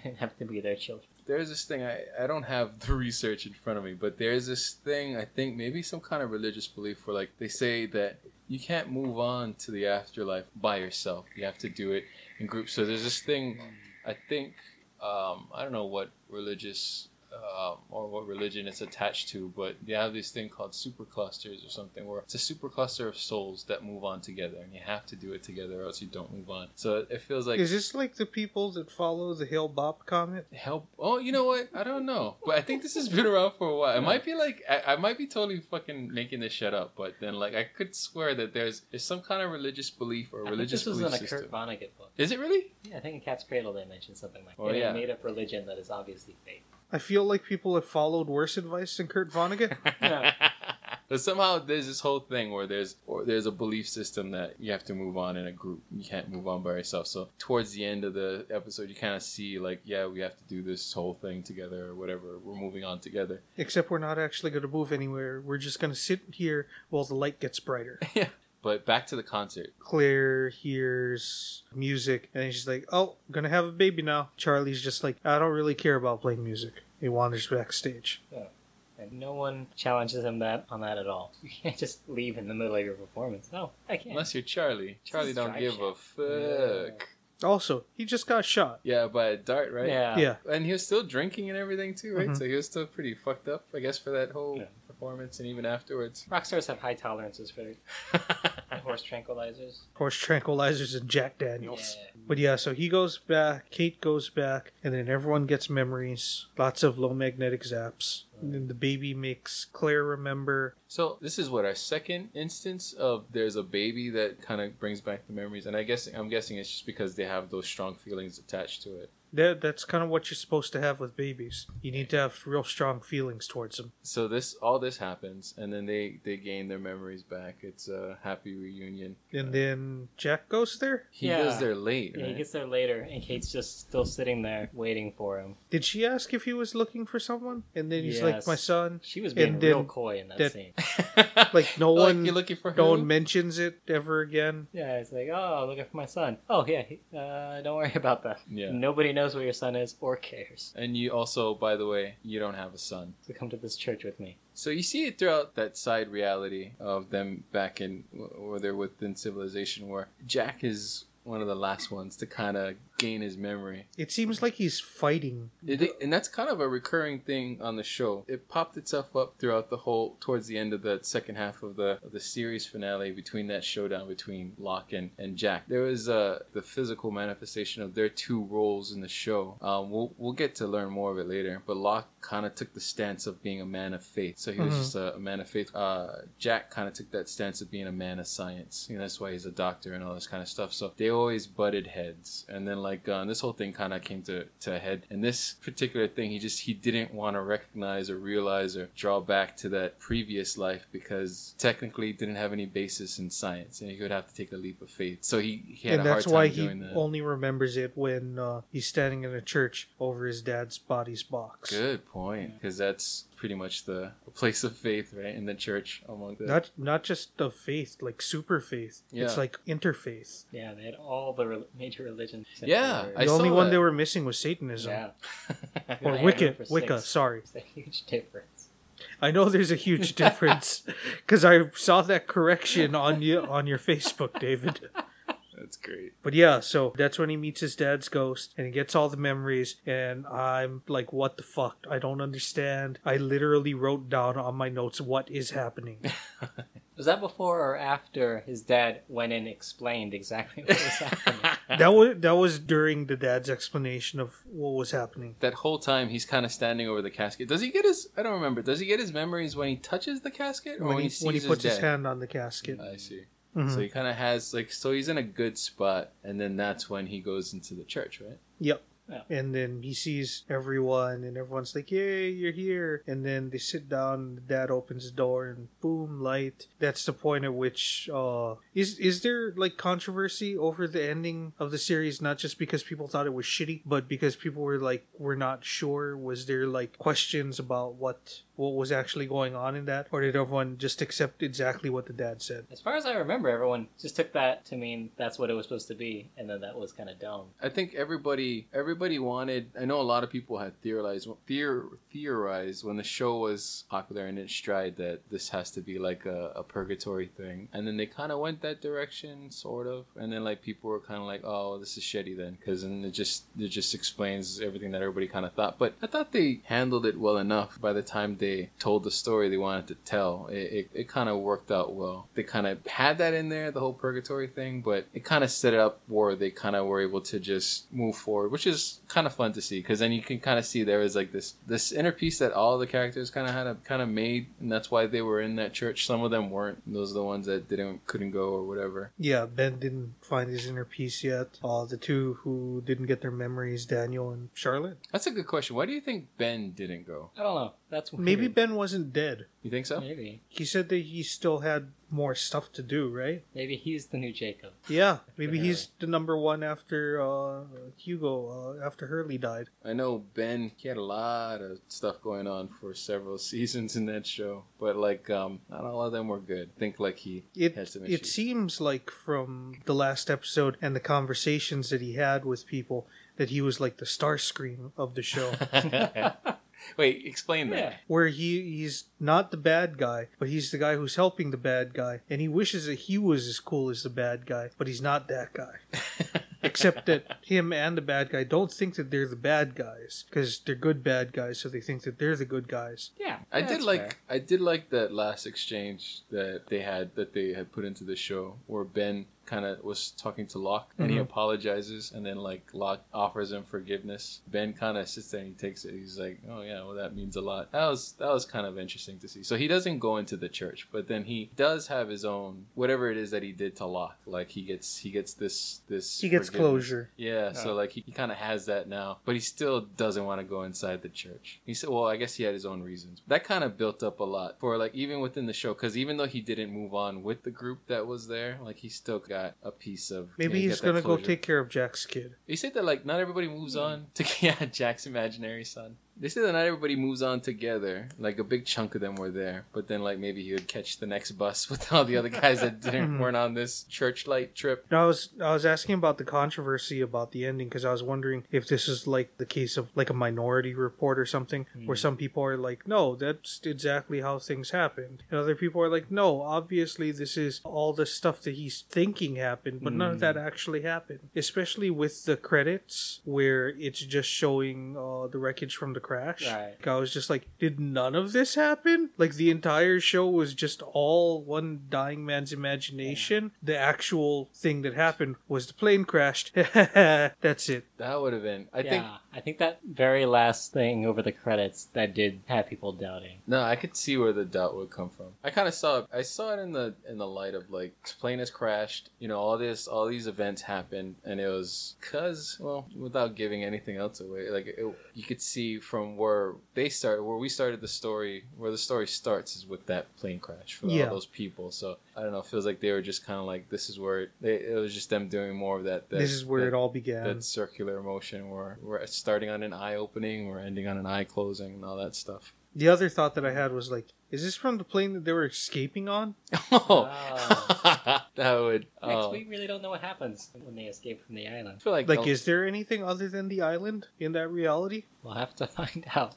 Speaker 2: and have to be their children.
Speaker 1: there's this thing I, I don't have the research in front of me but there's this thing i think maybe some kind of religious belief where like they say that you can't move on to the afterlife by yourself you have to do it in groups so there's this thing i think um, i don't know what religious um, or what religion it's attached to but they have this thing called superclusters or something where it's a supercluster of souls that move on together and you have to do it together or else you don't move on so it feels like
Speaker 3: Is this like the people that follow the Hale Bopp comet?
Speaker 1: help oh you know what i don't know but i think this has been around for a while it might be like I, I might be totally fucking making this shit up but then like i could swear that there's there's some kind of religious belief or
Speaker 2: I think
Speaker 1: religious
Speaker 2: this was
Speaker 1: belief
Speaker 2: in a
Speaker 1: system
Speaker 2: Kurt Vonnegut book.
Speaker 1: is it really
Speaker 2: Yeah, I think in Cat's Cradle they mentioned something like
Speaker 1: Oh,
Speaker 2: that.
Speaker 1: yeah.
Speaker 2: a made-up religion that is obviously fake.
Speaker 3: I feel like people have followed worse advice than Kurt Vonnegut.
Speaker 2: Yeah.
Speaker 1: but somehow there's this whole thing where there's or there's a belief system that you have to move on in a group you can't move on by yourself so towards the end of the episode you kind of see like yeah we have to do this whole thing together or whatever we're moving on together
Speaker 3: Except we're not actually going to move anywhere. We're just going to sit here while the light gets brighter.
Speaker 1: yeah but back to the concert
Speaker 3: Claire hears music and she's like, "Oh, I'm gonna have a baby now." Charlie's just like, "I don't really care about playing music." He wanders backstage.
Speaker 2: And no one challenges him that on that at all. You can't just leave in the middle of your performance. No, I can't.
Speaker 1: Unless you're Charlie. Charlie
Speaker 2: is
Speaker 1: don't
Speaker 2: dry
Speaker 1: give
Speaker 2: shit.
Speaker 1: a fuck.
Speaker 3: Also, he just got shot.
Speaker 1: Yeah. by a dart, right?
Speaker 2: Yeah. Mm-hmm.
Speaker 3: Yeah,
Speaker 1: And he was still drinking and everything too, right?
Speaker 3: Mhm.
Speaker 1: So he was still pretty fucked up, I guess, for that whole
Speaker 2: Yeah.
Speaker 1: performance and even afterwards.
Speaker 2: Rock stars have high tolerances for horse tranquilizers.
Speaker 3: horse tranquilizers and Jack Daniels.
Speaker 2: Yeah.
Speaker 3: But yeah, so he goes back. Kate goes back, and then everyone gets memories. Lots of low magnetic zaps. And then the baby makes Claire remember.
Speaker 1: So this is what our second instance of there's a baby that kind of brings back the memories, and I guess I'm guessing it's just because they have those strong feelings attached to it.
Speaker 3: That that's kind of what you're supposed to have with babies. You need to have real strong feelings towards them.
Speaker 1: So this all this happens, and then they they gain their memories back. It's a happy reunion. Uh,
Speaker 3: And then Jack goes there.
Speaker 1: He
Speaker 2: Yeah.
Speaker 1: goes there late.
Speaker 2: Yeah, he
Speaker 1: right?
Speaker 2: gets there later, and Kate's just still sitting there waiting for him.
Speaker 3: Did she ask if he was looking for someone? And then he's like,
Speaker 2: Yes.
Speaker 3: "My son."
Speaker 2: She was
Speaker 3: And
Speaker 2: being real
Speaker 3: then
Speaker 2: coy in that,
Speaker 3: that-
Speaker 2: scene.
Speaker 3: Like no one,
Speaker 1: Oh, you're looking for
Speaker 3: no
Speaker 1: who?
Speaker 3: one mentions it ever again.
Speaker 2: Yeah, it's like, oh, looking for my son. Oh, yeah, he, uh, don't worry about that.
Speaker 1: Yeah.
Speaker 2: Nobody knows where your son is or cares
Speaker 1: And you also, by the way, you don't have a son.
Speaker 2: to come to this church with me.
Speaker 1: So you see it throughout that side reality of them back in, or they're within civilization, where Jack is one of the last ones to kind of gain his memory.
Speaker 3: It seems like he's fighting.
Speaker 1: It, and that's kind of a recurring thing on the show. It popped itself up throughout the whole, towards the end of the second half of the of the series finale, between that showdown between Locke and, and Jack. There was uh, the physical manifestation of their two roles in the show. Um, we'll we'll get to learn more of it later. But Locke kind of took the stance of being a man of faith, so he was
Speaker 3: Mhm.
Speaker 1: just a, a man of faith. Uh, Jack kind of took that stance of being a man of science. You know, that's why he's a doctor and all this kind of stuff. So they always butted heads, and then like uh, this whole thing kind of came to to a head. And this particular thing, he just he didn't want to recognize or realize or draw back to that previous life because technically it didn't have any basis in science, and he would have to take a leap of faith. So he, he had
Speaker 3: and
Speaker 1: a
Speaker 3: that's
Speaker 1: hard
Speaker 3: why
Speaker 1: time
Speaker 3: he
Speaker 1: doing that.
Speaker 3: only remembers it when uh, he's standing in a church over his dad's body's box.
Speaker 1: Good point, because that's pretty much the place of faith, right, in the church among the
Speaker 3: Not not just of faith, like super faith.
Speaker 1: Yeah.
Speaker 3: It's like interfaith.
Speaker 2: Yeah, they had all the rel major religions. except
Speaker 1: Yeah,
Speaker 2: for-
Speaker 1: I
Speaker 3: The only
Speaker 1: saw
Speaker 3: one
Speaker 1: that.
Speaker 3: they were missing was Satanism
Speaker 2: yeah.
Speaker 3: or
Speaker 2: Yeah,
Speaker 3: Wicca.
Speaker 2: number six.
Speaker 3: Wicca, sorry.
Speaker 2: It's a huge difference.
Speaker 3: I know there's a huge difference because I saw that correction on you on your Facebook, David.
Speaker 1: That's great.
Speaker 3: But yeah, so that's when he meets his dad's ghost and he gets all the memories. And I'm like, what the fuck? I don't understand. I literally wrote down on my notes what is happening.
Speaker 2: Was that before or after his dad went and explained exactly what was happening?
Speaker 3: that was that was during the dad's explanation of what was happening.
Speaker 1: That whole time he's kind of standing over the casket. Does he get his? I don't remember. Does he get his memories when he touches the casket or when, he, sees
Speaker 3: when he puts his,
Speaker 1: dead?
Speaker 3: hand on the casket.
Speaker 1: I see.
Speaker 3: Mhm.
Speaker 1: So he kind of has like so he's in a good spot, and then that's when he goes into the church, right?
Speaker 3: Yep.
Speaker 2: Yeah.
Speaker 3: And then he sees everyone, and everyone's like, "Yay, you're here!" And then they sit down. And the dad opens the door, and boom, light. That's the point at which uh, is is there like controversy over the ending of the series? Not just because people thought it was shitty, but because people were like, "We're not sure." Was there like questions about what what was actually going on in that, or did everyone just accept exactly what the dad said?
Speaker 2: As far as I remember, everyone just took that to mean that's what it was supposed to be, and then that was kind of dumb.
Speaker 1: I think everybody everybody wanted. I know a lot of people had theorized theor, theorized when the show was popular and in its stride that this has to be like a, a purgatory thing, and then they kind of went that direction, sort of. And then like people were kind of like, "Oh, this is shitty," then because then it just it just explains everything that everybody kind of thought. But I thought they handled it well enough. By the time they told the story they wanted to tell, it it, it kind of worked out well. They kind of had that in there, the whole purgatory thing, but it kind of set it up where they kind of were able to just move forward, which is kind of fun to see because then you can kind of see there was like this this inner piece that all the characters kind of had a, kind of made, and that's why they were in that church. Some of them weren't; those are the ones that didn't couldn't go or whatever.
Speaker 3: Yeah, Ben didn't find his inner peace yet. Uh, the two who didn't get their memories, Daniel and Charlotte.
Speaker 1: That's a good question. Why do you think Ben didn't go?
Speaker 2: I don't know. That's weird.
Speaker 3: Maybe Ben wasn't dead.
Speaker 1: You think so?
Speaker 2: maybe
Speaker 3: He said that he still had more stuff to do, right?
Speaker 2: maybe he's the new Jacob.
Speaker 3: Yeah, maybe he's the number one after uh, Hugo, uh, after Hurley died.
Speaker 1: I know Ben, he had a lot of stuff going on for several seasons in that show, but like, um, not all of them were good. I think like he
Speaker 3: It
Speaker 1: had some
Speaker 3: it
Speaker 1: issues.
Speaker 3: seems like from the last episode and the conversations that he had with people that he was like the star scream of the show.
Speaker 1: Wait, explain that.
Speaker 3: where he he's not the bad guy, but he's the guy who's helping the bad guy, and he wishes that he was as cool as the bad guy, but he's not that guy. Except that him and the bad guy don't think that they're the bad guys because they're good bad guys, so they think that they're the good guys.
Speaker 2: Yeah,
Speaker 1: I
Speaker 2: yeah,
Speaker 1: did
Speaker 2: that's
Speaker 1: like
Speaker 2: fair.
Speaker 1: I did like that last exchange that they had that they had put into the show where Ben kind of was talking to Locke and he
Speaker 2: Mm-hmm.
Speaker 3: Mhm.
Speaker 1: apologizes and then like Locke offers him forgiveness. Ben kind of sits there and he takes it. He's like, "Oh yeah, well that means a lot." That was that was kind of interesting to see. So he doesn't go into the church, but then he does have his own whatever it is that he did to Locke. Like he gets he gets this this
Speaker 3: He gets
Speaker 1: forgiveness.
Speaker 3: closure.
Speaker 1: Yeah,
Speaker 2: Yeah.
Speaker 1: so like he, he kind of has that now, but he still doesn't want to go inside the church. He said, well, I guess he had his own reasons. That kind of built up a lot for like even within the show, because even though he didn't move on with the group that was there, like he still got a piece of.
Speaker 3: Maybe
Speaker 1: yeah, he
Speaker 3: he's
Speaker 1: got that
Speaker 3: gonna go Hmm.
Speaker 1: closure.
Speaker 3: take care of Jack's kid.
Speaker 1: He said that like not everybody moves on to yeah Jack's imaginary son. They say that not everybody moves on together. Like a big chunk of them were there, but then like maybe he would catch the next bus with all the other guys that didn't weren't on this church light trip.
Speaker 3: I was I was asking about the controversy about the ending because I was wondering if this is like the case of like a Minority Report or something, where some people are like, "No, that's exactly how things happened," and other people are like, "No, obviously this is all the stuff that he's thinking happened, but none of that actually happened." Especially with the credits where it's just showing uh, the wreckage from the crash.
Speaker 2: Right.
Speaker 3: I was just like, "Did none of this happen?" Like the entire show was just all one dying man's imagination. The actual thing that happened was the plane crashed. That's it.
Speaker 1: That would have been. I
Speaker 2: yeah,
Speaker 1: think
Speaker 2: I think that very last thing over the credits that did have people doubting.
Speaker 1: No, I could see where the doubt would come from. I kind of saw it. I saw it in the in the light of like this plane has crashed. You know, all this, all these events happened, and it was cause well, without giving anything else away. Like it, you could see from where they started, where we started the story, where the story starts is with that plane crash for
Speaker 3: Yeah.
Speaker 1: all those people. So I don't know. It feels like they were just kind of like this is where it, they, it was just them doing more of that. that
Speaker 3: this is where
Speaker 1: that-
Speaker 3: it all began.
Speaker 1: that circular motion where we're starting on an eye opening, we're ending on an eye closing, and all that stuff.
Speaker 3: The other thought that I had was like, "Is this from the plane that they were escaping on?"
Speaker 1: Oh,
Speaker 2: Wow.
Speaker 1: that would.
Speaker 2: Next,
Speaker 1: oh.
Speaker 2: we really don't know what happens when they escape from the
Speaker 1: I
Speaker 2: island.
Speaker 1: feel like,
Speaker 3: Like, is there anything other than the island in that reality?
Speaker 2: We'll have to find out.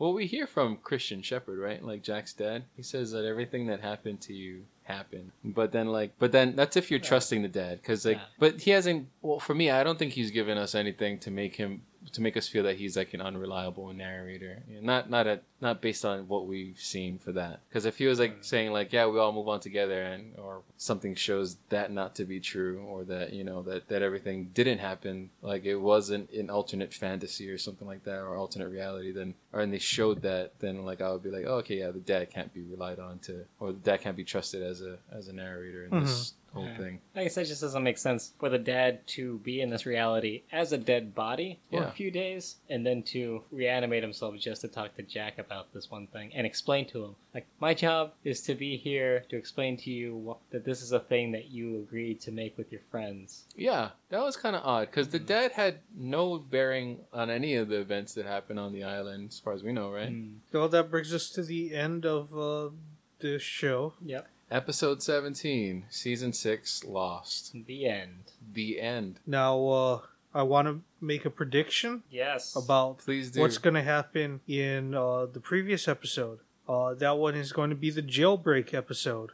Speaker 1: well, we hear from Christian Shepherd, right? Like Jack's dad, he says that everything that happened to you happened, but then like, but then that's if you're trusting the dad, because like,
Speaker 2: Yeah.
Speaker 1: but he hasn't. Well, for me, I don't think he's given us anything to make him to make us feel that he's like an unreliable narrator. Yeah, Not not at not based on what we've seen for that. Because if he was like saying like, yeah, we all move on together, and or something shows that not to be true, or that you know that that everything didn't happen, like it wasn't an alternate fantasy or something like that, or alternate reality, then or and they showed that, then like I would be like, oh, okay, yeah, the dad can't be relied on to, or the dad can't be trusted as a as a narrator in this whole
Speaker 2: Yeah.
Speaker 1: thing.
Speaker 2: I guess that just doesn't make sense for the dad to be in this reality as a dead body for
Speaker 1: Yeah.
Speaker 2: a few days and then to reanimate himself just to talk to Jack about this one thing and explain to him. Like, my job is to be here to explain to you wh- that this is a thing that you agreed to make with your friends.
Speaker 1: Yeah, that was kind of odd because the
Speaker 3: Hmm.
Speaker 1: dad had no bearing on any of the events that happened on the island, as far as we know, right?
Speaker 3: Hmm.
Speaker 2: Hmm.
Speaker 3: Well, that brings us to the end of uh, the show.
Speaker 2: Yep.
Speaker 1: Episode 17, Season 6, Lost.
Speaker 2: The end.
Speaker 1: The end.
Speaker 3: Now, uh, I want to make a prediction
Speaker 2: Yes.
Speaker 3: about
Speaker 1: Please do.
Speaker 3: what's going to happen in uh, the previous episode. Uh, that one is going to be the jailbreak episode,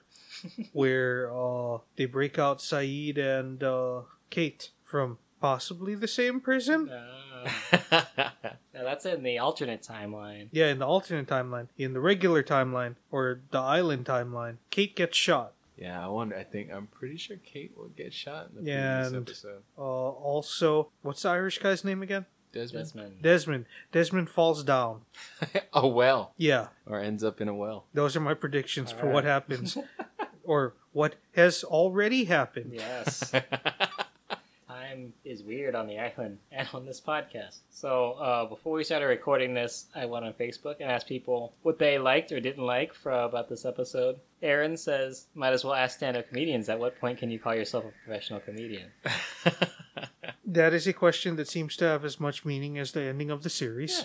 Speaker 3: where uh, they break out Saeed and uh, Kate from possibly the same prison.
Speaker 2: Ah. now that's in the alternate timeline.
Speaker 3: Yeah, in the alternate timeline, in the regular timeline or the island timeline, Kate gets shot.
Speaker 1: yeah, I wonder. I think I'm pretty sure Kate will get shot in the
Speaker 3: And-
Speaker 1: previous episode.
Speaker 3: Uh, also, what's the Irish guy's name again?
Speaker 1: Desmond?
Speaker 2: Desmond.
Speaker 3: Desmond. Desmond falls down.
Speaker 1: a well.
Speaker 3: Yeah,
Speaker 1: Or ends up in a well.
Speaker 3: those are my predictions for
Speaker 2: All
Speaker 3: what happens or what has already happened.
Speaker 2: Yes. Time is weird on the island and on this podcast. So uh, before we started recording this, I went on Facebook and asked people what they liked or didn't like for, about this episode. Aaron says, "Might as well ask stand-up comedians. At what point can you call yourself a professional comedian?"
Speaker 3: That is a question that seems to have as much meaning as the ending of the series.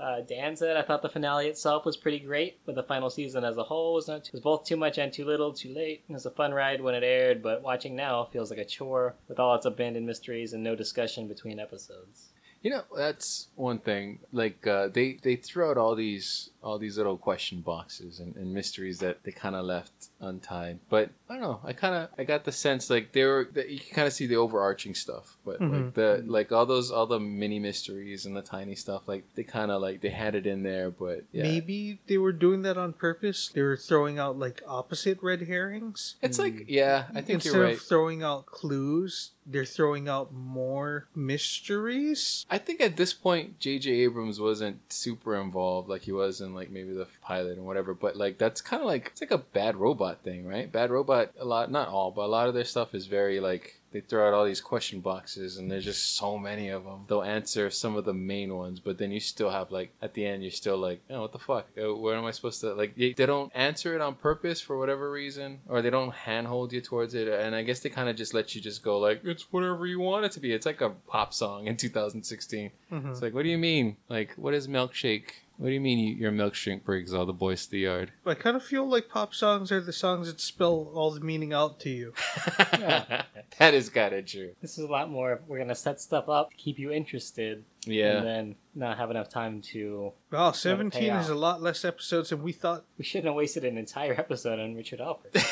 Speaker 2: Uh, Dan said, "I thought the finale itself was pretty great, but the final season as a whole was not was both too much and too little, too late. It was a fun ride when it aired, but watching now feels like a chore with all its abandoned mysteries and no discussion between episodes."
Speaker 1: You know, that's one thing. Like uh, they they threw out all these all these little question boxes and, and mysteries that they kind of left untied. But I don't know. I kind of I got the sense like they were that you can kind of see the overarching stuff, but like the like all those all the mini mysteries and the tiny stuff. Like they kind of like they had it in there, but yeah.
Speaker 3: Maybe they were doing that on purpose. They were throwing out like opposite red herrings.
Speaker 1: It's like yeah, I think
Speaker 3: Instead
Speaker 1: you're right.
Speaker 3: of throwing out clues, they're throwing out more mysteries.
Speaker 1: I think at this point JJ Abrams wasn't super involved like he was in like maybe the pilot and whatever but like that's kind of like it's like a bad robot thing right bad robot a lot not all but a lot of their stuff is very like they throw out all these question boxes, and there's just so many of them. They'll answer some of the main ones, but then you still have like at the end, you're still like, oh, what the fuck? Uh, Where am I supposed to like? They they don't answer it on purpose for whatever reason, or they don't handhold you towards it. And I guess they kind of just let you just go like, it's whatever you want it to be. It's like a pop song in 2016.
Speaker 3: Hmm.
Speaker 1: It's like, what do you mean? Like, what is milkshake? What do you mean you, your milkshake brings all the boys to the yard?
Speaker 3: I kind of feel like pop songs are the songs that spell all the meaning out to you.
Speaker 1: that is kind of true.
Speaker 2: This is a lot more. of We're gonna set stuff up, keep you interested,
Speaker 1: Yeah.
Speaker 2: and then not have enough time to.
Speaker 3: Wow, 17
Speaker 2: pay
Speaker 3: is a
Speaker 2: out.
Speaker 3: lot less episodes than we thought.
Speaker 2: We shouldn't have wasted an entire episode on Richard Alpert.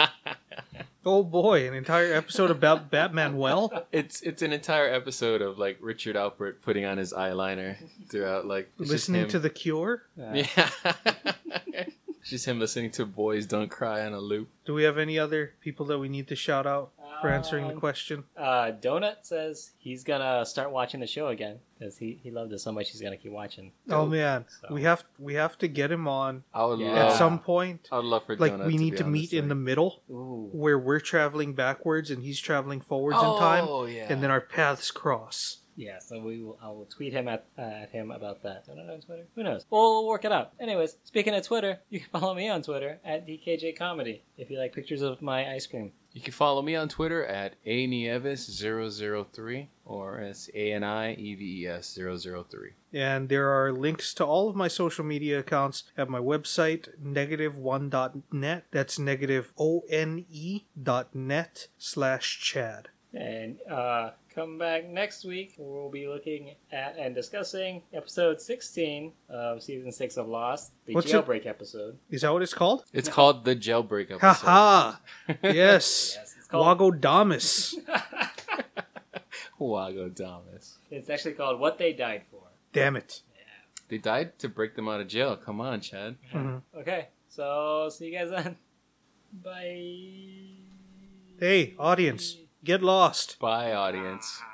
Speaker 3: Oh boy, an entire episode about Batman. Well,
Speaker 1: It's it's an entire episode of like Richard Alpert putting on his eyeliner throughout like it's just
Speaker 3: listening
Speaker 1: him.
Speaker 3: to The Cure.
Speaker 2: Uh,
Speaker 1: yeah. It's just him listening to "Boys Don't Cry" on a loop.
Speaker 3: Do we have any other people that we need to shout out for answering the
Speaker 2: Um,
Speaker 3: question?
Speaker 2: Uh, Donut says he's gonna start watching the show again because he, he loved it so much he's gonna keep watching.
Speaker 3: Oh man,
Speaker 2: So-
Speaker 3: we have we have to get him on
Speaker 1: I would
Speaker 2: Yeah.
Speaker 1: love.
Speaker 3: at some point.
Speaker 1: I would love for
Speaker 3: Like
Speaker 1: Donut
Speaker 3: we need
Speaker 1: be
Speaker 3: to
Speaker 1: on
Speaker 3: meet
Speaker 1: this
Speaker 3: in the
Speaker 1: thing.
Speaker 3: middle
Speaker 2: Ooh,
Speaker 3: where we're traveling backwards and he's traveling forwards in time,
Speaker 1: Oh yeah.
Speaker 3: and then our paths cross.
Speaker 2: yeah. So we will. I will tweet him at uh, at him about that. Donut on Twitter. Who knows? We'll work it out. Anyways, speaking of Twitter, you can follow me on Twitter at DKJ Comedy if you like pictures of my ice cream.
Speaker 1: you can follow me on Twitter at a E nieves 3 or it's a n i e v e s 003.
Speaker 3: And there are links to all of my social media accounts at my website, negative1.net. That's negative O-N-E dot net slash Chad.
Speaker 2: And uh, come back next week. where We'll be looking at and discussing episode 16 of season 6 of Lost, the
Speaker 3: What's it-
Speaker 2: jailbreak episode.
Speaker 3: Is that what it's called?
Speaker 1: It's called the Jailbreak episode.
Speaker 3: Haha! yes.
Speaker 2: Yes, it's called.
Speaker 3: Wago Damas.
Speaker 1: Wago Damas.
Speaker 2: It's actually called What They Died For.
Speaker 3: Damn it.
Speaker 1: They died to break them out of jail. Come on, Chad.
Speaker 3: Mm-hmm.
Speaker 2: Okay, so see you guys then. Bye.
Speaker 3: Hey, audience, get lost.
Speaker 1: Bye, audience.